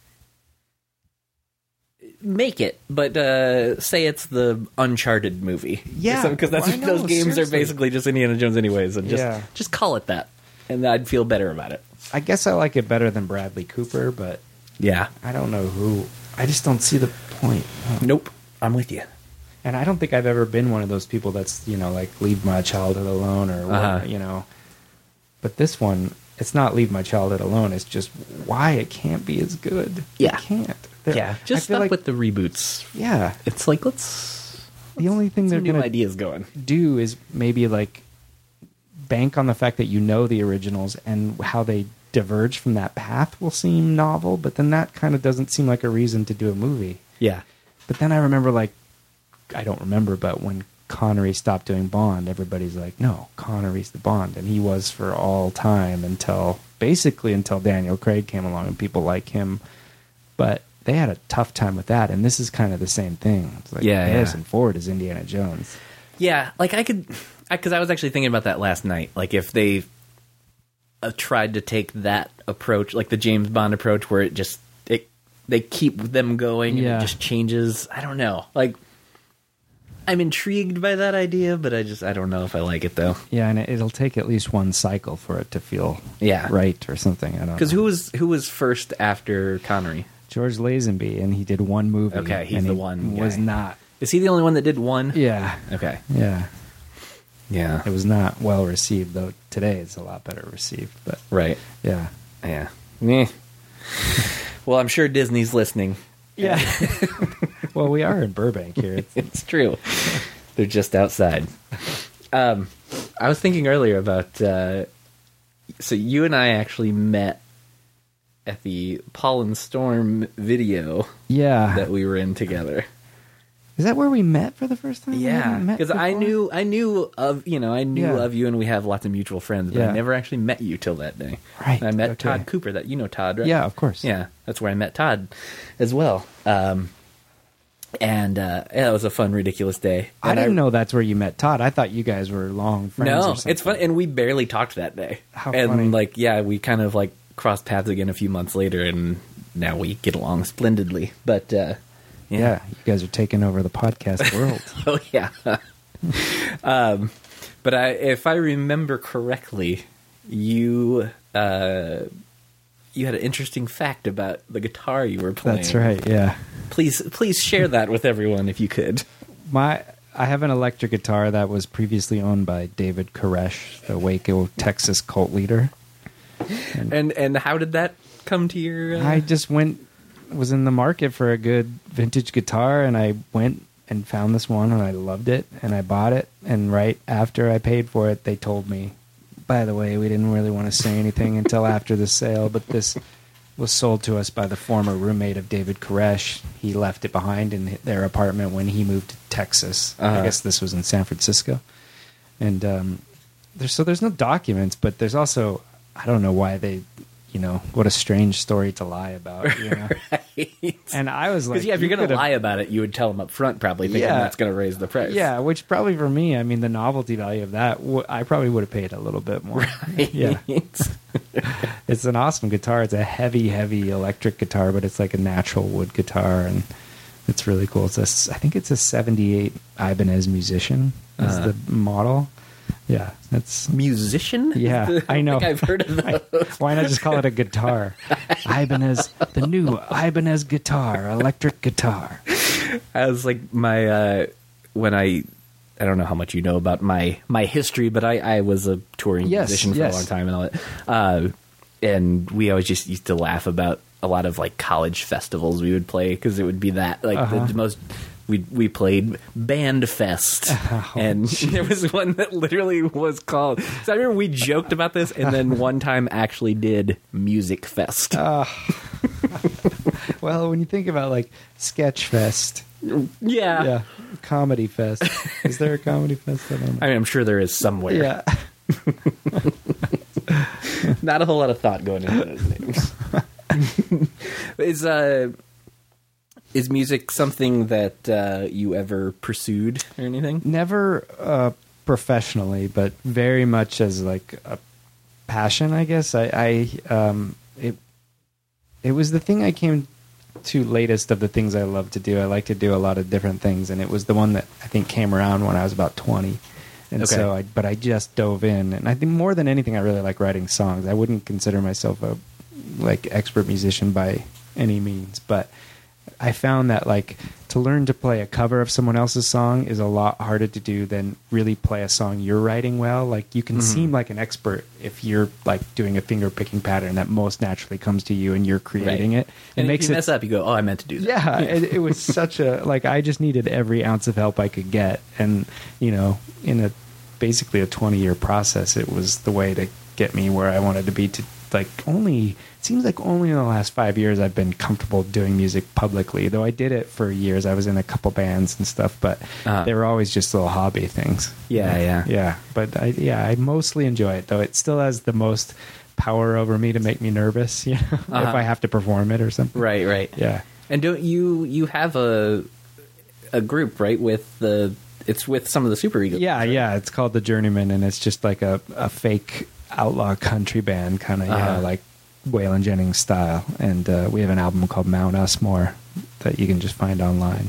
Speaker 3: make it, but uh, say it's the Uncharted movie.
Speaker 4: Yeah,
Speaker 3: because that's
Speaker 4: I know,
Speaker 3: those games are
Speaker 4: seriously.
Speaker 3: basically just Indiana Jones, anyways, and just
Speaker 4: Yeah.
Speaker 3: just call it that, and I'd feel better about it.
Speaker 4: I guess I like it better than Bradley Cooper, but
Speaker 3: Yeah.
Speaker 4: I don't know who. I just don't see the point. No.
Speaker 3: Nope. I'm with you.
Speaker 4: and I don't think I've ever been one of those people that's you know like leave my childhood alone or
Speaker 3: Uh-huh.
Speaker 4: you know. But this one, it's not leave my childhood alone. It's just why it can't be as good.
Speaker 3: Yeah.
Speaker 4: it can't. There-
Speaker 3: Yeah.
Speaker 4: I
Speaker 3: Just
Speaker 4: feel
Speaker 3: stuck
Speaker 4: like-
Speaker 3: with the reboots.
Speaker 4: yeah.
Speaker 3: It's like let's
Speaker 4: The only thing they're
Speaker 3: some new
Speaker 4: gonna
Speaker 3: ideas going.
Speaker 4: do is maybe like bank on the fact that you know the originals and how they diverge from that path will seem novel. But then that kind of doesn't seem like a reason to do a movie.
Speaker 3: Yeah.
Speaker 4: But then I remember, like, I don't remember, but when Connery stopped doing Bond, everybody's like, no, Connery's the Bond. And he was for all time until basically until Daniel Craig came along and people like him. But they had a tough time with that. And this is kind of the same thing. It's like
Speaker 3: Yeah, yeah.
Speaker 4: Harrison Ford is Indiana Jones.
Speaker 3: Yeah, like I could, because I, was actually thinking about that last night. Like if they uh, tried to take that approach, like the James Bond approach, where it just it they keep them going and
Speaker 4: Yeah.
Speaker 3: it just changes. I don't know. Like I'm intrigued by that idea, but I just I don't know if I like it though.
Speaker 4: Yeah, and it- it'll take at least one cycle for it to feel
Speaker 3: Yeah.
Speaker 4: right or something. I don't
Speaker 3: Because
Speaker 4: know.
Speaker 3: who was who was first after Connery?
Speaker 4: George Lazenby, and he did one movie.
Speaker 3: Okay, he's
Speaker 4: and
Speaker 3: the
Speaker 4: he
Speaker 3: one
Speaker 4: Was
Speaker 3: guy.
Speaker 4: not.
Speaker 3: Is he the only one that did one?
Speaker 4: Yeah.
Speaker 3: Okay.
Speaker 4: Yeah.
Speaker 3: Yeah.
Speaker 4: it was not well received though today it's a lot better received but
Speaker 3: Right.
Speaker 4: yeah
Speaker 3: Yeah. Meh. well, I'm sure Disney's listening.
Speaker 4: yeah well we are in burbank here It's-
Speaker 3: it's true. They're just outside. Um, I was thinking earlier about uh, so you and I actually met at the Pollen Storm video
Speaker 4: yeah
Speaker 3: that we were in together.
Speaker 4: Is that where we met for the first time? Oh, We
Speaker 3: Yeah,
Speaker 4: haven't met
Speaker 3: because I
Speaker 4: before?
Speaker 3: knew I knew of you know I knew
Speaker 4: Yeah.
Speaker 3: of you, and we have lots of mutual friends, but I
Speaker 4: Yeah.
Speaker 3: never actually met you till that day.
Speaker 4: Right,
Speaker 3: And I met
Speaker 4: okay.
Speaker 3: Todd Cooper. That you know Todd, right?
Speaker 4: Yeah, of course.
Speaker 3: Yeah, that's where I met Todd as well. Um, and uh, yeah, it was a fun, ridiculous day.
Speaker 4: I
Speaker 3: And
Speaker 4: didn't know that's where you met Todd. I thought you guys were long friends. or
Speaker 3: No,
Speaker 4: something.
Speaker 3: it's fun, and we barely talked that day.
Speaker 4: How
Speaker 3: and
Speaker 4: funny.
Speaker 3: like, yeah, we kind of like crossed paths again a few months later, and now we get along splendidly. But uh,
Speaker 4: Yeah. you guys are taking over the podcast world.
Speaker 3: Oh yeah. um, but I, if I remember correctly, you uh, you had an interesting fact about the guitar you were playing.
Speaker 4: That's right. Yeah,
Speaker 3: Please, please share that with everyone if you could.
Speaker 4: my I have an electric guitar that was previously owned by David Koresh, the Waco, Texas cult leader.
Speaker 3: And and how did that come to your? Uh,
Speaker 4: I just went was in the market for a good vintage guitar and I went and found this one and I loved it and I bought it and right after I paid for it they told me by the way we didn't really want to say anything until after the sale but this was sold to us by the former roommate of David Koresh he left it behind in their apartment when he moved to Texas
Speaker 3: Uh-huh.
Speaker 4: I guess this was in San Francisco and um, there's so there's no documents, but there's also I don't know why they, you know, what a strange story to lie about. You know?
Speaker 3: Because
Speaker 4: And I was like,
Speaker 3: yeah, if you're
Speaker 4: you
Speaker 3: gonna
Speaker 4: could've-
Speaker 3: lie about it, you would tell them up front, probably thinking
Speaker 4: Yeah.
Speaker 3: that's gonna raise the price.
Speaker 4: yeah, which probably for me, I mean, the novelty value of that, wh- I probably would have paid a little bit more. Yeah, it's an awesome guitar. It's a heavy, heavy electric guitar, but it's like a natural wood guitar, and it's really cool. It's a, s- I think it's a '78 Ibanez musician is
Speaker 3: Uh-huh.
Speaker 4: the model. Yeah, that's
Speaker 3: musician.
Speaker 4: Yeah, I know.
Speaker 3: think I've heard of
Speaker 4: I-
Speaker 3: that.
Speaker 4: why not just call it a guitar? Ibanez, the new Ibanez guitar, electric guitar.
Speaker 3: I was like my uh when I I don't know how much you know about my my history, but I I was a touring
Speaker 4: Yes,
Speaker 3: musician for
Speaker 4: yes.
Speaker 3: a long time and all that. Uh, and we always just used to laugh about a lot of like college festivals we would play because it would be that like
Speaker 4: Uh-huh.
Speaker 3: the most. We we played Band Fest, and there was one that literally was called. So I remember we joked about this, and then one time actually did Music Fest.
Speaker 4: Uh, Well, when you think about like Sketch Fest, yeah, Comedy Fest. Is there a Comedy Fest? I don't know.
Speaker 3: I mean, I'm sure there is somewhere.
Speaker 4: Yeah,
Speaker 3: not a whole lot of thought going into those names. is uh, is music something that uh, you ever pursued or anything?
Speaker 4: never uh, professionally, but very much as like a passion, I guess. I, I um, it it was the thing I came to latest of the things I love to do. I like to do a lot of different things, and it was the one that I think came around when I was about twenty. And
Speaker 3: Okay.
Speaker 4: so, I, but I just dove in, and I think more than anything, I really like writing songs. I wouldn't consider myself a like expert musician by any means, but I found that like to learn to play a cover of someone else's song is a lot harder to do than really play a song you're writing well. Like you can
Speaker 3: Mm-hmm.
Speaker 4: seem like an expert if you're like doing a finger picking pattern that most naturally comes to you and you're creating it.
Speaker 3: And if you mess up, you go, "Oh, I meant to do that."
Speaker 4: yeah, it, it was such a like I just needed every ounce of help I could get, and you know, in a basically a twenty year process, it was the way to get me where I wanted to be. To like only it seems like only in the last five years I've been comfortable doing music publicly. Though I did it for years. I was in a couple bands and stuff, but
Speaker 3: Uh-huh.
Speaker 4: they were always just little hobby things.
Speaker 3: Yeah, yeah.
Speaker 4: yeah. But I, yeah, I mostly enjoy it though. It still has the most power over me to make me nervous. You know, if I have to perform it or something.
Speaker 3: Uh-huh. Right, right.
Speaker 4: Yeah.
Speaker 3: And don't you you have a a group right with the it's with some of the super egos?
Speaker 4: Yeah, yeah. It's called the Journeyman, and it's just like a, a fake outlaw country band, kind of yeah,
Speaker 3: Uh-huh.
Speaker 4: like Waylon Jennings style. And uh, we have an album called Mount Usmore that you can just find online.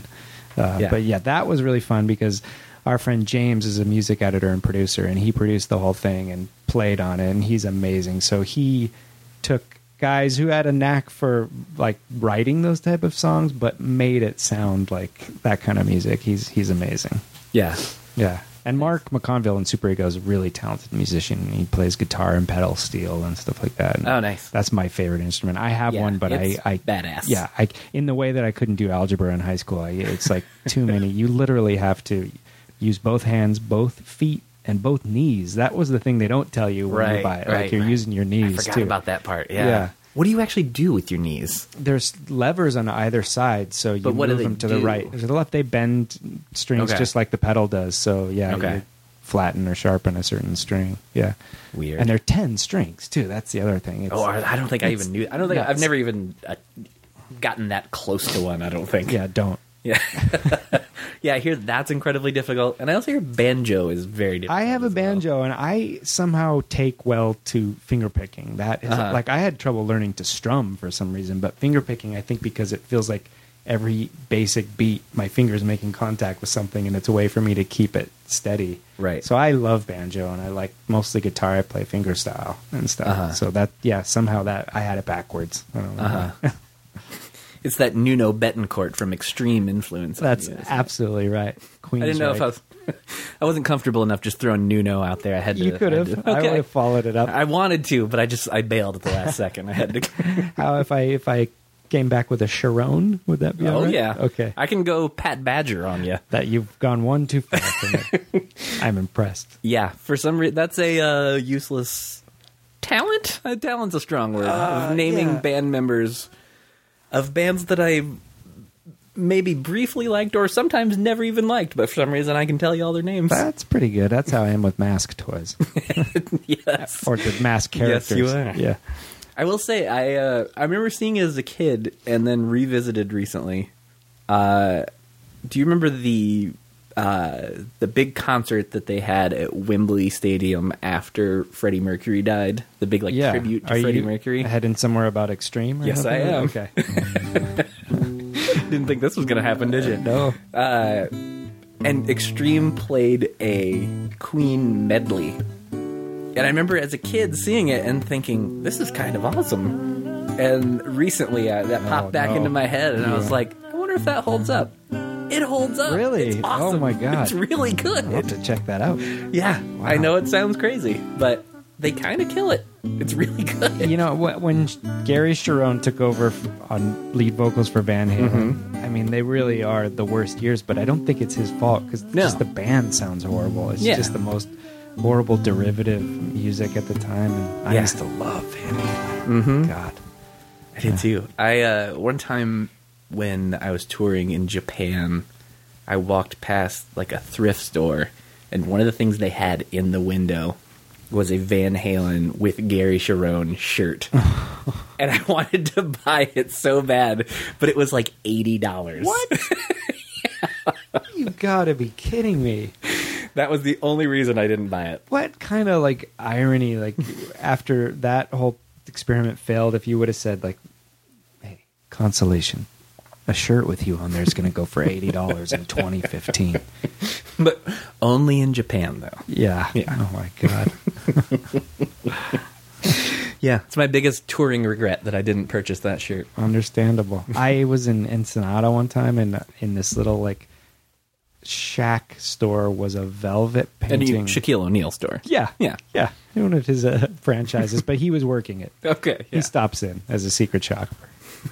Speaker 4: Uh,
Speaker 3: Yeah.
Speaker 4: But yeah, that was really fun because our friend James is a music editor and producer, and he produced the whole thing and played on it, and he's amazing. So he took guys who had a knack for like writing those type of songs but made it sound like that kind of music he's he's amazing
Speaker 3: yeah.
Speaker 4: yeah. And Mark McConville in Super Ego is a really talented musician. He plays guitar and pedal steel and stuff like that. And
Speaker 3: Oh, nice.
Speaker 4: That's my favorite instrument. I have
Speaker 3: Yeah,
Speaker 4: one, but I,
Speaker 3: it's
Speaker 4: I
Speaker 3: badass.
Speaker 4: Yeah, I, in the way that I couldn't do algebra in high school, I, it's like too many. You literally have to use both hands, both feet, and both knees. That was the thing they don't tell you when
Speaker 3: Right,
Speaker 4: you buy it.
Speaker 3: right,
Speaker 4: like you're
Speaker 3: right.
Speaker 4: using your
Speaker 3: I
Speaker 4: knees
Speaker 3: forgot
Speaker 4: too.
Speaker 3: about that part. Yeah.
Speaker 4: Yeah.
Speaker 3: What do you actually do with your knees?
Speaker 4: There's levers on either side, so you
Speaker 3: But what do
Speaker 4: move
Speaker 3: they
Speaker 4: them to the
Speaker 3: do?
Speaker 4: right. To the left, they bend strings
Speaker 3: Okay.
Speaker 4: just like the pedal does. So yeah,
Speaker 3: Okay.
Speaker 4: you flatten or sharpen a certain string. Yeah,
Speaker 3: Weird.
Speaker 4: And they're ten strings too. That's the other thing. It's,
Speaker 3: Oh, I I don't think I even knew. I don't think
Speaker 4: nuts.
Speaker 3: I've never even uh, gotten that close to one. I don't think.
Speaker 4: yeah, don't.
Speaker 3: yeah, yeah. I hear that's incredibly difficult, and I also hear banjo is very difficult.
Speaker 4: I have a
Speaker 3: as well.
Speaker 4: banjo, and I somehow take well to finger picking. That is-
Speaker 3: Uh-huh.
Speaker 4: like I had trouble learning to strum for some reason, but finger picking, I think, because it feels like every basic beat, my fingers making contact with something, and it's a way for me to keep it steady.
Speaker 3: Right.
Speaker 4: So I love banjo, and I like mostly guitar. I play finger style and stuff.
Speaker 3: Uh-huh.
Speaker 4: So that, yeah, somehow that I had it backwards. I don't know.
Speaker 3: Uh-huh.
Speaker 4: why.
Speaker 3: It's that Nuno Betancourt from Extreme Influence. on
Speaker 4: That's
Speaker 3: you, isn't it?
Speaker 4: absolutely right. Queen's
Speaker 3: I didn't know if I
Speaker 4: right.
Speaker 3: was. I wasn't comfortable enough just throwing Nuno out there. I had to.
Speaker 4: You could
Speaker 3: I had
Speaker 4: have.
Speaker 3: to-
Speaker 4: I would have followed it up.
Speaker 3: I wanted to, but I just I bailed at the last second. I had to. Oh,
Speaker 4: How if I if I came back with a Sharon? Would that be? all
Speaker 3: oh
Speaker 4: right?
Speaker 3: yeah.
Speaker 4: Okay.
Speaker 3: I can go Pat Badger on you.
Speaker 4: that you've gone one too far. From it. I'm impressed.
Speaker 3: Yeah, for some reason that's a uh, useless talent. Uh, talent's a strong word. of naming
Speaker 4: Uh, yeah.
Speaker 3: band members of bands that I maybe briefly liked or sometimes never even liked, but for some reason I can tell you all their names.
Speaker 4: That's pretty good. That's how I am with mask toys
Speaker 3: yes.
Speaker 4: or the mask
Speaker 3: Yes,
Speaker 4: characters.
Speaker 3: you are.
Speaker 4: Yeah.
Speaker 3: I will say I uh, I remember seeing it as a kid and then revisited recently. Uh, do you remember the uh, the big concert that they had at Wembley Stadium after Freddie Mercury died? The big like
Speaker 4: yeah.
Speaker 3: tribute to
Speaker 4: Are
Speaker 3: Freddie
Speaker 4: you
Speaker 3: Mercury.
Speaker 4: heading somewhere about extreme? Or
Speaker 3: Yes, I
Speaker 4: something?
Speaker 3: am.
Speaker 4: Okay.
Speaker 3: Didn't think this was gonna happen, did you?
Speaker 4: No.
Speaker 3: And Extreme played a Queen medley. And I remember as a kid seeing it and thinking, this is kind of awesome. And recently uh, that popped back
Speaker 4: no.
Speaker 3: into my head and I was like, I wonder if that holds up. It holds up.
Speaker 4: Really?
Speaker 3: It's
Speaker 4: Oh
Speaker 3: awesome.
Speaker 4: my God.
Speaker 3: It's really
Speaker 4: I'll have
Speaker 3: good.
Speaker 4: to check that out.
Speaker 3: Yeah. I know it sounds crazy, but they kind of kill it. It's really good.
Speaker 4: You know, wh- when
Speaker 3: Mm-hmm.
Speaker 4: Gary Sharon took over f- on lead vocals for Van Halen,
Speaker 3: Mm-hmm.
Speaker 4: I mean, they really are the worst years, but I don't think it's his fault because
Speaker 3: No.
Speaker 4: just the band sounds horrible. It's
Speaker 3: Yeah.
Speaker 4: just the most horrible derivative music at the time. And I
Speaker 3: Yeah. Mm-hmm.
Speaker 4: used to love Van Halen. God.
Speaker 3: I did too. I uh, one time when I was touring in Japan, I walked past like a thrift store, and one of the things they had in the window was a Van Halen with Gary Sharon shirt, and I wanted to buy it so bad, but it was like eighty dollars.
Speaker 4: What? you gotta be kidding me.
Speaker 3: That was the only reason I didn't buy it.
Speaker 4: What kind of like irony, like after that whole experiment failed, if you would have said, like, hey, consolation, a shirt with you on there is gonna go for $80 in 2015.
Speaker 3: But only in Japan, though.
Speaker 4: Yeah.
Speaker 3: Yeah.
Speaker 4: Oh my God.
Speaker 3: Yeah, it's my biggest touring regret that I didn't purchase that shirt.
Speaker 4: Understandable. I was in Ensenada one time, and in this little like shack store was a velvet
Speaker 3: And
Speaker 4: painting.
Speaker 3: you, Shaquille O'Neal store.
Speaker 4: yeah,
Speaker 3: yeah,
Speaker 4: yeah. One of his uh, franchises, but he was working it.
Speaker 3: Okay,
Speaker 4: He stops in as a secret shopper.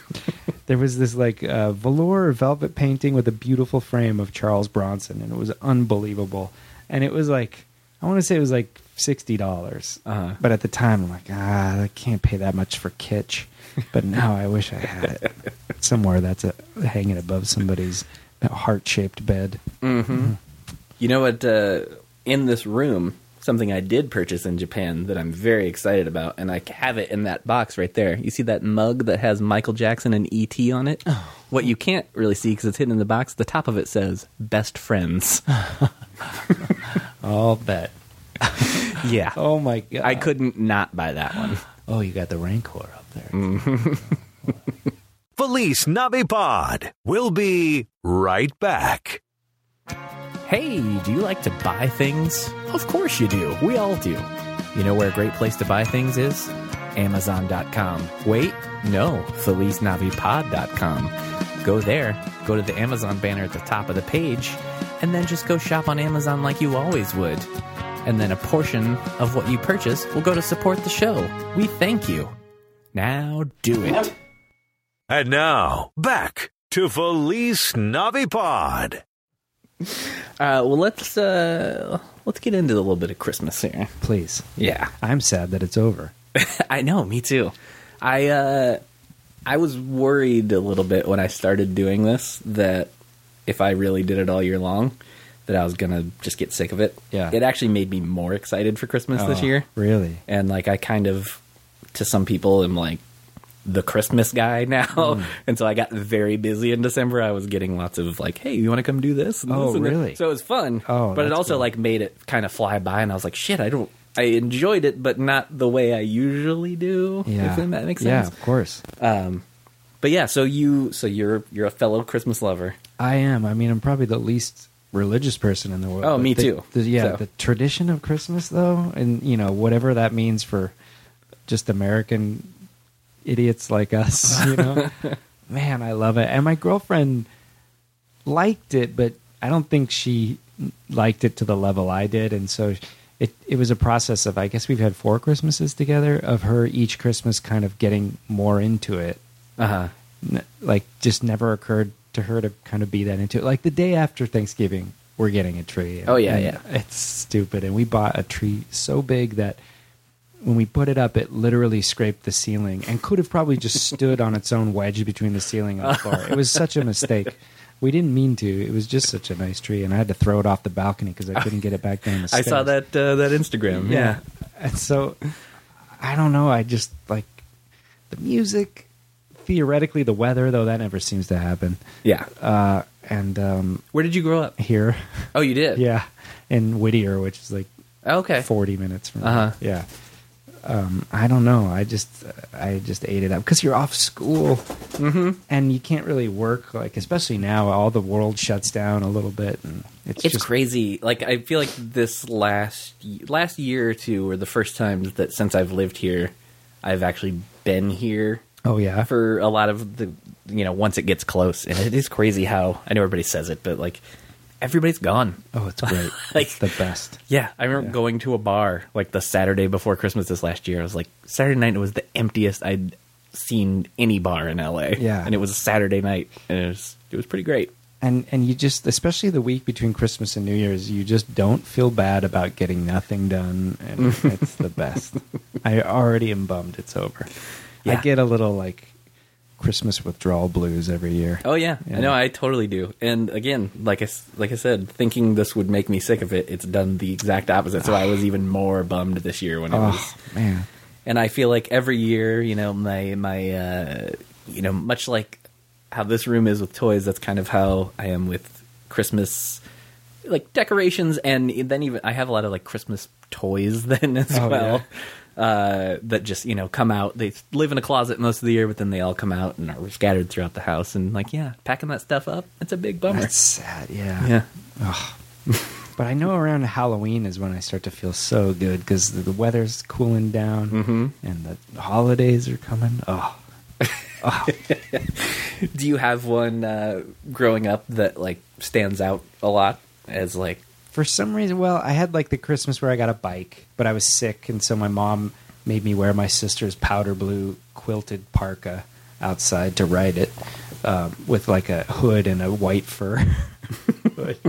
Speaker 4: there was this like uh, velour or velvet painting with a beautiful frame of Charles Bronson, and it was unbelievable. And it was like I want to say it was like sixty dollars,
Speaker 3: Uh-huh.
Speaker 4: but at the time I'm like, ah, I can't pay that much for kitsch. But now I wish I had it somewhere that's a, hanging above somebody's heart shaped bed.
Speaker 3: You know what? Uh, in this room, something I did purchase in Japan that I'm very excited about, and I have it in that box right there. You see that mug that has Michael Jackson and ET on it? What you can't really see because it's hidden in the box, the top of it says "Best Friends."
Speaker 4: I'll bet.
Speaker 3: yeah,
Speaker 4: Oh my god!
Speaker 3: I couldn't not buy that one.
Speaker 4: Oh, you got the rancor up there.
Speaker 1: Felice Navipod will be right back.
Speaker 7: Hey, do you like to buy things? Of course you do. We all do. You know where a great place to buy things is? Amazon.com. Wait, no, FelizNaviPod.com. Go there, go to the Amazon banner at the top of the page, and then just go shop on Amazon like you always would. And then a portion of what you purchase will go to support the show. We thank you. Now do it.
Speaker 1: And now, back to Felice Navipod.
Speaker 3: Uh, well, let's uh, let's get into a little bit of Christmas here.
Speaker 4: Please,
Speaker 3: Yeah,
Speaker 4: I'm sad that it's over.
Speaker 3: I know. Me too. I uh, I was worried a little bit when I started doing this that if I really did it all year long, that I was gonna just get sick of it.
Speaker 4: Yeah.
Speaker 3: it actually made me more excited for Christmas this
Speaker 4: Oh,
Speaker 3: year.
Speaker 4: Really?
Speaker 3: and like I kind of to some people am like the Christmas guy now,
Speaker 4: Hmm.
Speaker 3: and so I got very busy in December. I was getting lots of like, "Hey, you want to come do this?" and
Speaker 4: Oh,
Speaker 3: this and that.
Speaker 4: really?
Speaker 3: So it was fun.
Speaker 4: Oh,
Speaker 3: but it
Speaker 4: that's
Speaker 3: also
Speaker 4: cool.
Speaker 3: like made it kind of fly by, and I was like, "Shit, I don't." I enjoyed it, but not the way I usually do.
Speaker 4: Yeah.
Speaker 3: if that makes
Speaker 4: Yeah,
Speaker 3: sense. Um,
Speaker 4: of course.
Speaker 3: But yeah, so you, so you're you're a fellow Christmas lover.
Speaker 4: I am. I mean, I'm probably the least religious person in the world.
Speaker 3: Oh,
Speaker 4: But
Speaker 3: me
Speaker 4: the-
Speaker 3: too.
Speaker 4: the- yeah,
Speaker 3: So.
Speaker 4: the tradition of Christmas, though, and you know whatever that means for just American idiots like us, you know. Man, I love it. And my girlfriend liked it, but I don't think she liked it to the level I did, and so. It, it was a process of I guess we've had four Christmases together of her each Christmas kind of getting more into it
Speaker 3: Uh
Speaker 4: Uh-huh.
Speaker 3: huh.
Speaker 4: n- like just never occurred to her to kind of be that into it. Like the day after Thanksgiving, we're getting a tree.
Speaker 3: Oh, yeah,
Speaker 4: And
Speaker 3: yeah.
Speaker 4: It's stupid, and we bought a tree so big that when we put it up, it literally scraped the ceiling and could have probably just stood on its own wedge between the ceiling and the floor. It was such a mistake. We didn't mean to. It was just such a nice tree, and I had to throw it off the balcony because I couldn't get it back down the
Speaker 3: I
Speaker 4: stairs.
Speaker 3: saw that uh, that Instagram. Yeah.
Speaker 4: And so I don't know. I just like the music, theoretically, the weather, though that never seems to happen.
Speaker 3: yeah,
Speaker 4: Uh, and um,
Speaker 3: Where did you grow up?
Speaker 4: here,
Speaker 3: Oh, you did.
Speaker 4: yeah, in Whittier, which is like
Speaker 3: Okay.
Speaker 4: 40 minutes from
Speaker 3: Uh-huh.
Speaker 4: here. Yeah. Um, I don't know. I just I just ate it up because you're off school
Speaker 3: Mm-hmm.
Speaker 4: and you can't really work. Like especially now, all the world shuts down a little bit. And it's
Speaker 3: it's
Speaker 4: just,
Speaker 3: crazy. Like I feel like this last y- last year or two were the first times that since I've lived here, I've actually been here
Speaker 4: Oh yeah,
Speaker 3: for a lot of the you know once it gets close, and it is crazy how I know everybody says it, but like everybody's gone.
Speaker 4: oh it's great.
Speaker 3: Like-
Speaker 4: it's the best.
Speaker 3: Yeah, I remember going to a bar like the Saturday before Christmas this last year. I was like Saturday night was the emptiest I'd seen any bar in LA.
Speaker 4: Yeah.
Speaker 3: and it was a Saturday night, and it was it was pretty great.
Speaker 4: and and you just especially the week between christmas and new year's you just don't feel bad about getting nothing done and it's the best i already am bummed it's over i
Speaker 3: Yeah.
Speaker 4: get a little like christmas withdrawal blues every year
Speaker 3: Oh yeah,
Speaker 4: Yeah.
Speaker 3: I know. I totally do. And again, like I s- like I said, thinking this would make me sick of it, it's done the exact opposite. So I was even more bummed this year when it was.
Speaker 4: oh man
Speaker 3: And I feel like every year, you know, my my uh, you know, much like how this room is with toys, that's kind of how I am with Christmas like decorations and then even I have a lot of like Christmas toys then as
Speaker 4: Oh,
Speaker 3: well. Uh, that just you know come out. They live in a closet most of the year, but then they all come out and are scattered throughout the house. And like, yeah, packing that stuff up, it's a big bummer.
Speaker 4: that's sad yeah
Speaker 3: yeah,
Speaker 4: but i know around halloween is when i start to feel so good because the, the weather's cooling down
Speaker 3: Mm-hmm.
Speaker 4: and the holidays are coming oh
Speaker 3: do you have one uh, growing up that like stands out a lot as like
Speaker 4: for some reason, well, I had like the Christmas where I got a bike, but I was sick, and so my mom made me wear my sister's powder blue quilted parka outside to ride it um, with like a hood and a white fur. hood.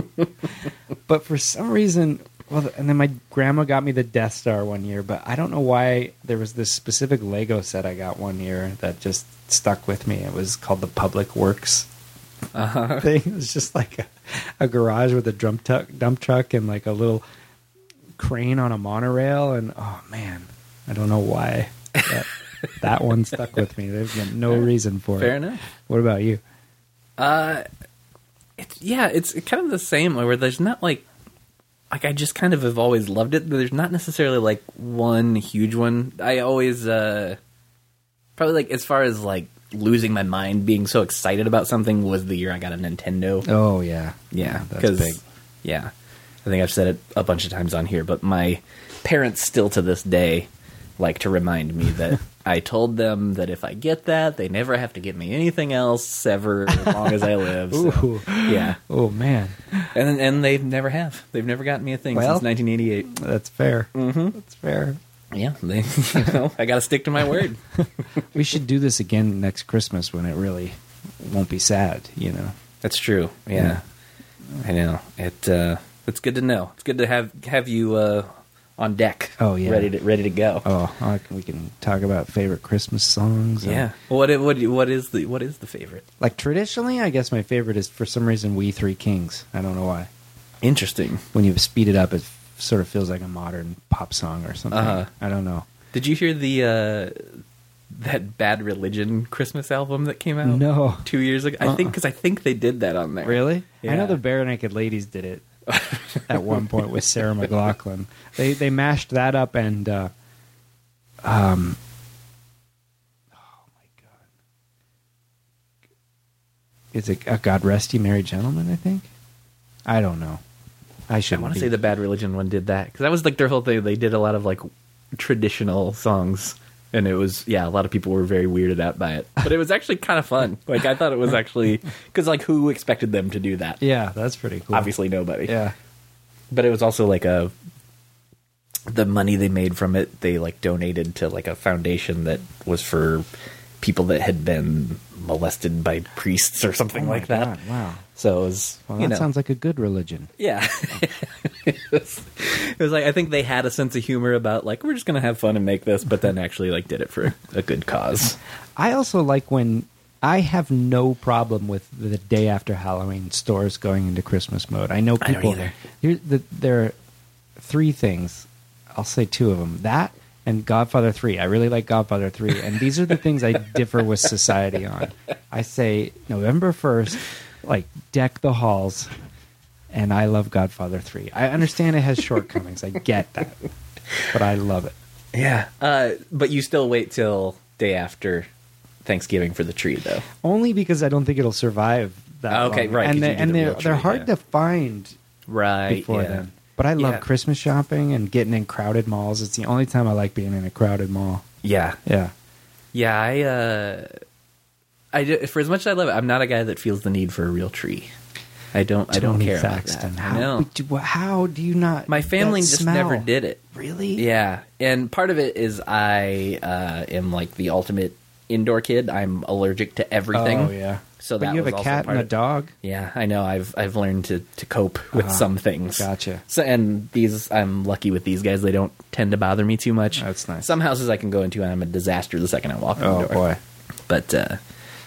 Speaker 4: but for some reason, well, and then my grandma got me the Death Star one year, but I don't know why there was this specific Lego set I got one year that just stuck with me. It was called the Public Works
Speaker 3: Uh-huh.
Speaker 4: thing. It was just like a, a garage with a drum tuck, dump truck and like a little crane on a monorail. And oh man, I don't know why that, that one stuck with me. There's been no reason for
Speaker 3: fair
Speaker 4: it.
Speaker 3: enough?
Speaker 4: What about you?
Speaker 3: it's yeah, it's kind of the same where there's not like like I just kind of have always loved it, but there's not necessarily like one huge one. I always uh probably like as far as like losing my mind being so excited about something was the year I got a Nintendo.
Speaker 4: Oh yeah,
Speaker 3: Yeah,
Speaker 4: that's
Speaker 3: 'cause-
Speaker 4: big.
Speaker 3: Yeah, I think I've said it a bunch of times on here, but my parents still to this day like to remind me that I told them that if I get that, they never have to get me anything else ever as long as I live. so,
Speaker 4: Ooh.
Speaker 3: yeah,
Speaker 4: Oh man,
Speaker 3: and and they never have. They've never gotten me a thing
Speaker 4: Well-
Speaker 3: since 1988.
Speaker 4: that's fair. Mm-hmm. That's fair.
Speaker 3: Yeah, they, you know, I got to stick to my word.
Speaker 4: We should do this again next Christmas when it really won't be sad. You know.
Speaker 3: That's true. Yeah, I know. It uh, it's good to know. It's good to have have you uh, on deck.
Speaker 4: Oh, yeah.
Speaker 3: ready to ready to go.
Speaker 4: Oh, I- we can talk about favorite Christmas songs. and-
Speaker 3: yeah. What i- what i- what is the what is the favorite?
Speaker 4: Like traditionally, I guess my favorite is for some reason We Three Kings. I don't know why.
Speaker 3: Interesting.
Speaker 4: When you speed it up, it sort of feels like a modern pop song or something.
Speaker 3: Uh-huh.
Speaker 4: I don't know.
Speaker 3: Did you hear the uh, that Bad Religion Christmas album that
Speaker 4: Oh.
Speaker 3: came out?
Speaker 4: No. Uh-uh.
Speaker 3: two years ago. I think because I think they did that on there.
Speaker 4: Really? I
Speaker 3: Yeah.
Speaker 4: know the Bare Naked Ladies did it at one point with Sarah McLaughlin. They they mashed that up and uh, um oh my god. Is it uh, God Rest You Merry Gentlemen, I think? I don't know. I
Speaker 3: I
Speaker 4: should
Speaker 3: want to say the Bad Religion one did that because that was like their whole thing. They did a lot of like traditional songs, and it was yeah, a lot of people were very weirded out by it. But it was actually kind of fun. Like I thought it was actually because like who expected them to do that?
Speaker 4: Yeah, that's pretty cool.
Speaker 3: Obviously nobody.
Speaker 4: Yeah.
Speaker 3: But it was also like a the money they made from it, they like donated to like a foundation that was for people that had been molested by priests or something
Speaker 4: Oh my
Speaker 3: like that.
Speaker 4: God, wow.
Speaker 3: So it was
Speaker 4: Well,
Speaker 3: you
Speaker 4: that
Speaker 3: know.
Speaker 4: sounds like a good religion.
Speaker 3: Yeah. it, was, it was like I think they had a sense of humor about like we're just gonna have fun and make this, but then actually like did it for a good cause.
Speaker 4: I also like when I have no problem with the day after Halloween stores going into Christmas mode. I know
Speaker 3: I don't
Speaker 4: people.
Speaker 3: either.
Speaker 4: Here- the- there are three things. I'll say two of them: that and Godfather Three. I really like Godfather Three, and these are the things I differ with society on. I say November first, like deck the halls, and I love Godfather Three. I understand it has shortcomings. I get that, but I love it.
Speaker 3: Yeah. Uh, but you still wait till day after Thanksgiving for the tree though.
Speaker 4: Only because I don't think it'll survive that.
Speaker 3: Okay,
Speaker 4: long.
Speaker 3: right, 'cause
Speaker 4: And, they,
Speaker 3: you do
Speaker 4: and
Speaker 3: the real
Speaker 4: they're they're
Speaker 3: tree,
Speaker 4: hard
Speaker 3: yeah.
Speaker 4: to find
Speaker 3: Right.
Speaker 4: before then. But I love
Speaker 3: Yeah.
Speaker 4: Christmas shopping and getting in crowded malls. It's the only time I like being in a crowded mall.
Speaker 3: Yeah.
Speaker 4: Yeah,
Speaker 3: Yeah, I uh I do, for as much as I love it, I'm not a guy that feels the need for a real tree. I don't I don't
Speaker 4: Tony
Speaker 3: care
Speaker 4: Thaxton,
Speaker 3: about that. I
Speaker 4: How,
Speaker 3: know.
Speaker 4: would you- how do you not?
Speaker 3: My family
Speaker 4: that
Speaker 3: just
Speaker 4: smell.
Speaker 3: never did it.
Speaker 4: Really?
Speaker 3: Yeah, and part of it is I uh, am like the ultimate indoor kid. I'm allergic to everything.
Speaker 4: Oh yeah.
Speaker 3: So
Speaker 4: but
Speaker 3: that
Speaker 4: you have
Speaker 3: was
Speaker 4: a
Speaker 3: also
Speaker 4: cat
Speaker 3: part
Speaker 4: and a
Speaker 3: of-
Speaker 4: dog.
Speaker 3: Yeah, I know. I've I've learned to to cope with
Speaker 4: Ah,
Speaker 3: some things.
Speaker 4: gotcha.
Speaker 3: So and these, I'm lucky with these guys. They don't tend to bother me too much.
Speaker 4: That's nice. Oh,
Speaker 3: Some houses I can go into and I'm a disaster the second I walk in the door. But uh,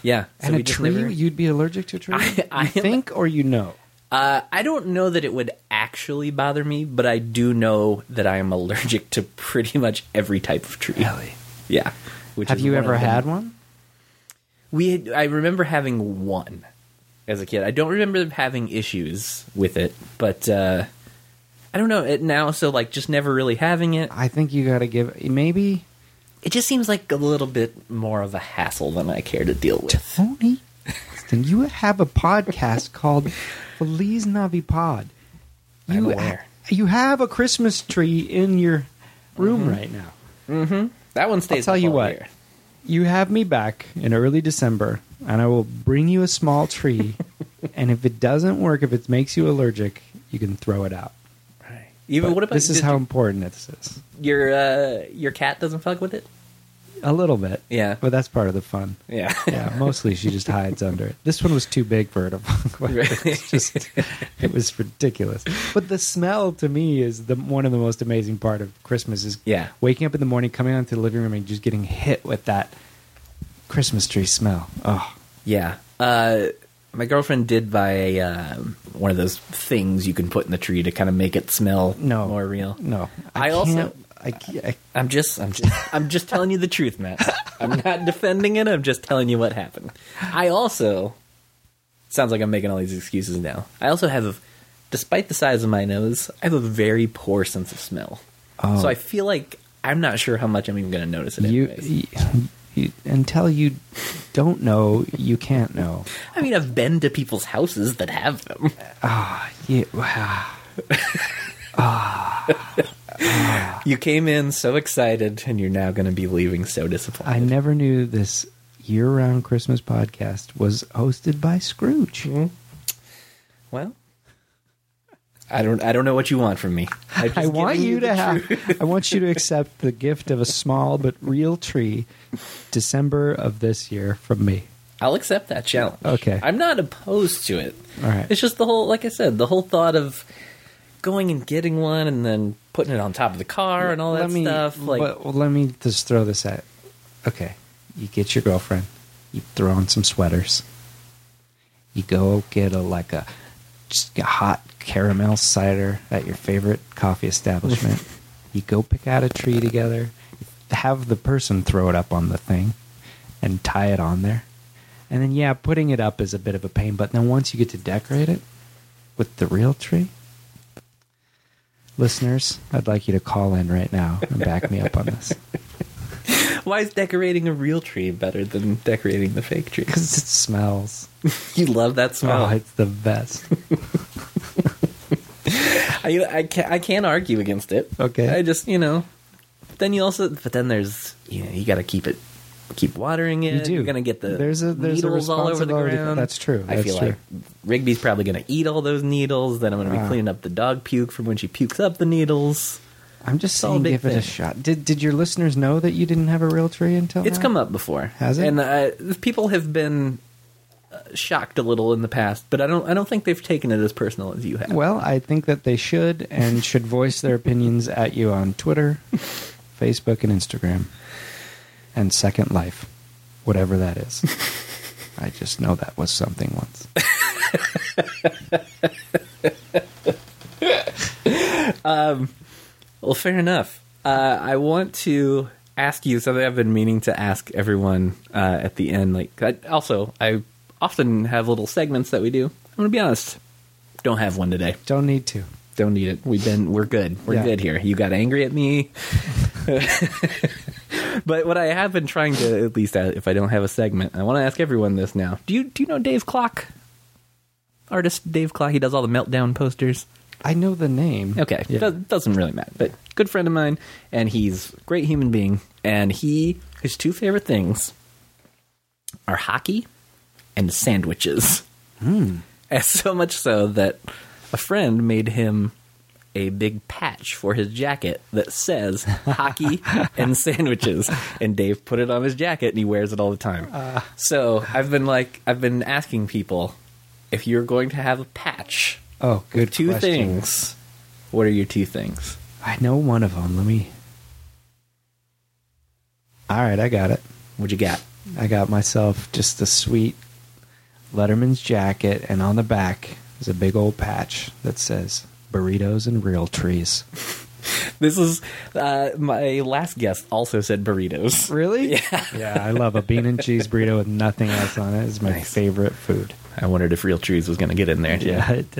Speaker 3: yeah, so
Speaker 4: and
Speaker 3: we
Speaker 4: a
Speaker 3: just
Speaker 4: tree?
Speaker 3: never-
Speaker 4: You'd be allergic to a tree?
Speaker 3: I- I
Speaker 4: you
Speaker 3: am-
Speaker 4: think or you know?
Speaker 3: Uh, I don't know that it would actually bother me, but I do know that I am allergic to pretty much every type of tree.
Speaker 4: Really?
Speaker 3: Yeah. Which
Speaker 4: Have
Speaker 3: is
Speaker 4: you
Speaker 3: one
Speaker 4: ever
Speaker 3: of them.
Speaker 4: had one?
Speaker 3: We. Had, I remember having one as a kid. I don't remember having issues with it, but uh, I don't know it now. So like, just never really having it.
Speaker 4: I think you got to give maybe
Speaker 3: It just seems like a little bit more of a hassle than I care to deal with.
Speaker 4: Tony, Austin, you have a podcast called Feliz Navi Pod.
Speaker 3: I'm
Speaker 4: You,
Speaker 3: aware.
Speaker 4: you have a Christmas tree in your room right now.
Speaker 3: That one stays.
Speaker 4: tell
Speaker 3: Mm-hmm. up
Speaker 4: you
Speaker 3: all
Speaker 4: what.
Speaker 3: year.
Speaker 4: You have me back in early December, and I will bring you a small tree. and if it doesn't work, if it makes you allergic, you can throw it out.
Speaker 3: Even
Speaker 4: But
Speaker 3: what about
Speaker 4: this is
Speaker 3: did
Speaker 4: how
Speaker 3: you-
Speaker 4: important this is.
Speaker 3: your uh, your cat doesn't fuck with it?
Speaker 4: A little bit,
Speaker 3: Yeah.
Speaker 4: but that's part of the fun.
Speaker 3: Yeah.
Speaker 4: Yeah, mostly she just hides under it. This one was too big for her to fuck with.
Speaker 3: Right.
Speaker 4: It's just, it was ridiculous. But the smell to me is the one of the most amazing part of Christmas is
Speaker 3: Yeah.
Speaker 4: waking up in the morning, coming onto the living room, and just getting hit with that Christmas tree smell. Oh,
Speaker 3: Yeah. Uh, my girlfriend did buy a, um one of those things you can put in the tree to kind of make it smell
Speaker 4: no,
Speaker 3: more real.
Speaker 4: No,
Speaker 3: I also-
Speaker 4: can't- I, can't- I
Speaker 3: I'm just, I'm just, I'm just telling you the truth, Matt. I'm not defending it. I'm just telling you what happened. I also sounds like I'm making all these excuses now. I also have, despite the size of my nose, I have a very poor sense of smell. So I feel like I'm not sure how much I'm even going to notice it.
Speaker 4: Oh. you,
Speaker 3: anyways.
Speaker 4: you, you until you don't know, you can't know.
Speaker 3: I mean, I've been to people's houses that have them.
Speaker 4: Ah, yeah, wow.
Speaker 3: You came in so excited, and you're now going to be leaving so
Speaker 4: I
Speaker 3: disappointed.
Speaker 4: never knew this year-round Christmas podcast was hosted by Scrooge.
Speaker 3: well, I don't. I don't know what you want from me. I've just
Speaker 4: I
Speaker 3: given
Speaker 4: want you to
Speaker 3: the
Speaker 4: have. I want you to accept the gift of a small but real tree, December of this year from me.
Speaker 3: I'll accept that challenge.
Speaker 4: Okay.
Speaker 3: I'm not opposed to it.
Speaker 4: All right.
Speaker 3: It's just the whole, like I said, the whole thought of going and getting one and then putting it on top of the car and all that
Speaker 4: let me,
Speaker 3: stuff. Like,
Speaker 4: well, well, let me just throw this at. Okay, you get your girlfriend, you throw on some sweaters, you go get a like a just a hot caramel cider at your favorite coffee establishment. you go pick out a tree together, have the person throw it up on the thing, and tie it on there. And then yeah, putting it up is a bit of a pain, but then once you get to decorate it with the real tree, listeners, I'd like you to call in right now and back me up on this
Speaker 3: why is decorating a real tree better than decorating the fake tree?
Speaker 4: because it smells.
Speaker 3: You love that smell.
Speaker 4: Oh, it's the best.
Speaker 3: I I can't, I can't argue against it.
Speaker 4: Okay.
Speaker 3: I just you know, then you also but then there's you know you got to keep it keep watering it.
Speaker 4: You do.
Speaker 3: You're gonna get the
Speaker 4: There's a- there's a
Speaker 3: needles all over the
Speaker 4: responsibility.
Speaker 3: ground.
Speaker 4: That's true.
Speaker 3: I
Speaker 4: That's
Speaker 3: feel
Speaker 4: true.
Speaker 3: like Rigby's probably gonna eat all those needles. Then I'm gonna be
Speaker 4: Ah.
Speaker 3: cleaning up the dog puke from when she pukes up the needles.
Speaker 4: I'm just
Speaker 3: It's all a
Speaker 4: saying,
Speaker 3: big
Speaker 4: give it a
Speaker 3: thing.
Speaker 4: shot. Did did your listeners know that you didn't have a real tree until
Speaker 3: It's
Speaker 4: now?
Speaker 3: come up before,
Speaker 4: Ah. Has it?
Speaker 3: And uh, people have been uh, shocked a little in the past, but I don't I don't think they've taken it as personal as you have.
Speaker 4: Well, I think that they should and should voice their opinions at you on Twitter, Facebook, and Instagram, and Second Life, whatever that is. I just know that was something once.
Speaker 3: Well, fair enough. Uh, I want to ask you something I've been meaning to ask everyone uh, at the end. Like, I, also, I often have little segments that we do. I'm gonna be honest, don't have one today.
Speaker 4: Don't need to.
Speaker 3: Don't need it. We've been, we're good. We're
Speaker 4: Yeah.
Speaker 3: good here. You got angry at me. but what I have been trying to, at least uh, if I don't have a segment, I want to ask everyone this now. Do you do you know Dave Clock? Artist Dave Clock. He does all the meltdown posters.
Speaker 4: I know the name.
Speaker 3: Okay,
Speaker 4: Mm-hmm. Yeah.
Speaker 3: Do- doesn't really matter. But good friend of mine, and he's a great human being. And he his two favorite things are hockey and sandwiches. And so much so that a friend made him a big patch for his jacket that says hockey and sandwiches. And Dave put it on his jacket and he wears it all the time. so I've been like, I've been asking people if you're going to have a patch
Speaker 4: Oh, good.
Speaker 3: two
Speaker 4: question.
Speaker 3: things. What are your two things?
Speaker 4: I know one of them. Let me. All right, I got it.
Speaker 3: What you got?
Speaker 4: I got myself just a sweet Letterman's jacket, and on the back is a big old patch that says "Burritos and Real Trees."
Speaker 3: This is uh, my last guest. Also said burritos.
Speaker 4: Really? Yeah. yeah, I love a bean and cheese burrito with nothing else on it. It's my favorite food.
Speaker 3: I wondered if real trees was going to get in there.
Speaker 4: Yeah, it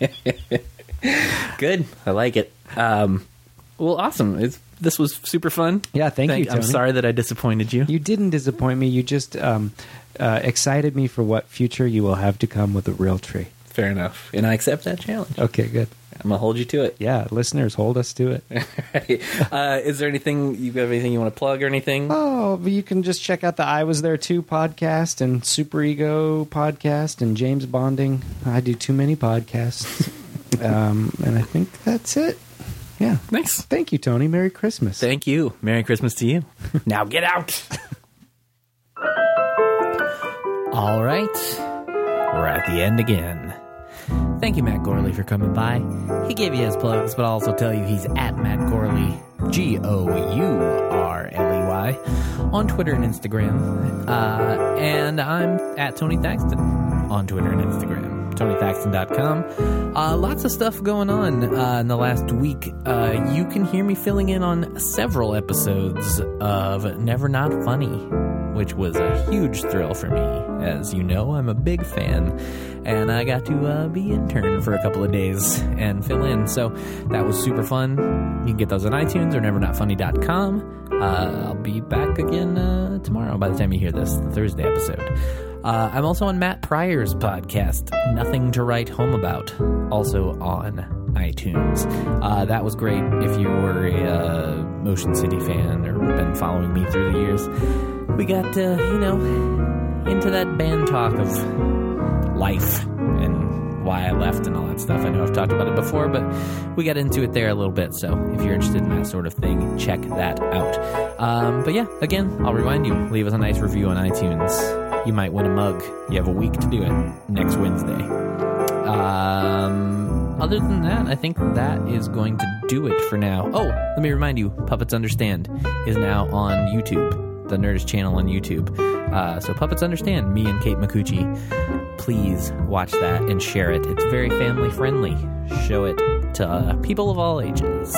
Speaker 4: did.
Speaker 3: good. I like it. Um, well, awesome. It's, this was super fun.
Speaker 4: Yeah, thank you,
Speaker 3: I'm
Speaker 4: Tony.
Speaker 3: sorry that I disappointed you.
Speaker 4: You didn't disappoint me. You just um, uh, excited me for what future you will have to come with a real tree.
Speaker 3: Fair enough, and I accept that challenge.
Speaker 4: Okay, good.
Speaker 3: I'm gonna hold you to it.
Speaker 4: Yeah, listeners, hold us to it.
Speaker 3: uh, is there anything you have anything you want to plug or anything?
Speaker 4: Oh, but you can just check out the I Was There Too podcast and Super Ego podcast and James Bonding. I do too many podcasts. um, and I think that's it. Yeah.
Speaker 3: Nice.
Speaker 4: Thank you, Tony. Merry Christmas.
Speaker 3: Thank you. Merry Christmas to you. now get out. All right. We're at the end again. Thank you, Matt Gorley, for coming by. He gave you his plugs, but I'll also tell you he's at Matt Gorley, G O U R L E Y, on Twitter and Instagram. Uh, and I'm at Tony Thaxton on Twitter and Instagram. TonyThaxton.com. Uh, lots of stuff going on uh, in the last week. Uh, you can hear me filling in on several episodes of Never Not Funny which was a huge thrill for me. As you know, I'm a big fan, and I got to uh, be intern for a couple of days and fill in. So that was super fun. You can get those on iTunes or nevernotfunny.com. Uh, I'll be back again uh, tomorrow by the time you hear this, the Thursday episode. Uh, I'm also on Matt Pryor's podcast, Nothing to Write Home About, also on iTunes. Uh, that was great if you were a uh, Motion City fan or been following me through the years. We got, uh, you know, into that band talk of life and why I left and all that stuff. I know I've talked about it before, but we got into it there a little bit. So if you're interested in that sort of thing, check that out. Um, but yeah, again, I'll remind you leave us a nice review on iTunes. You might win a mug. You have a week to do it next Wednesday. Um, other than that, I think that is going to do it for now. Oh, let me remind you, Puppets Understand is now on YouTube, the Nerdist channel on YouTube. Uh, so Puppets Understand, me and Kate Micucci, please watch that and share it. It's very family friendly. Show it to uh, people of all ages.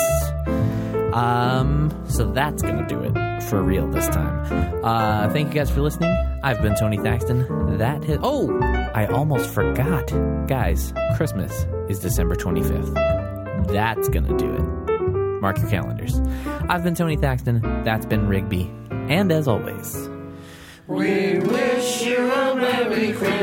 Speaker 3: Um, so that's gonna do it for real this time. Uh, thank you guys for listening. I've been Tony Thaxton. That has, oh, I almost forgot, guys. Christmas is December twenty fifth. That's gonna do it. Mark your calendars. I've been Tony Thaxton. That's been Rigby. And as always,
Speaker 8: We wish you a Merry Christmas.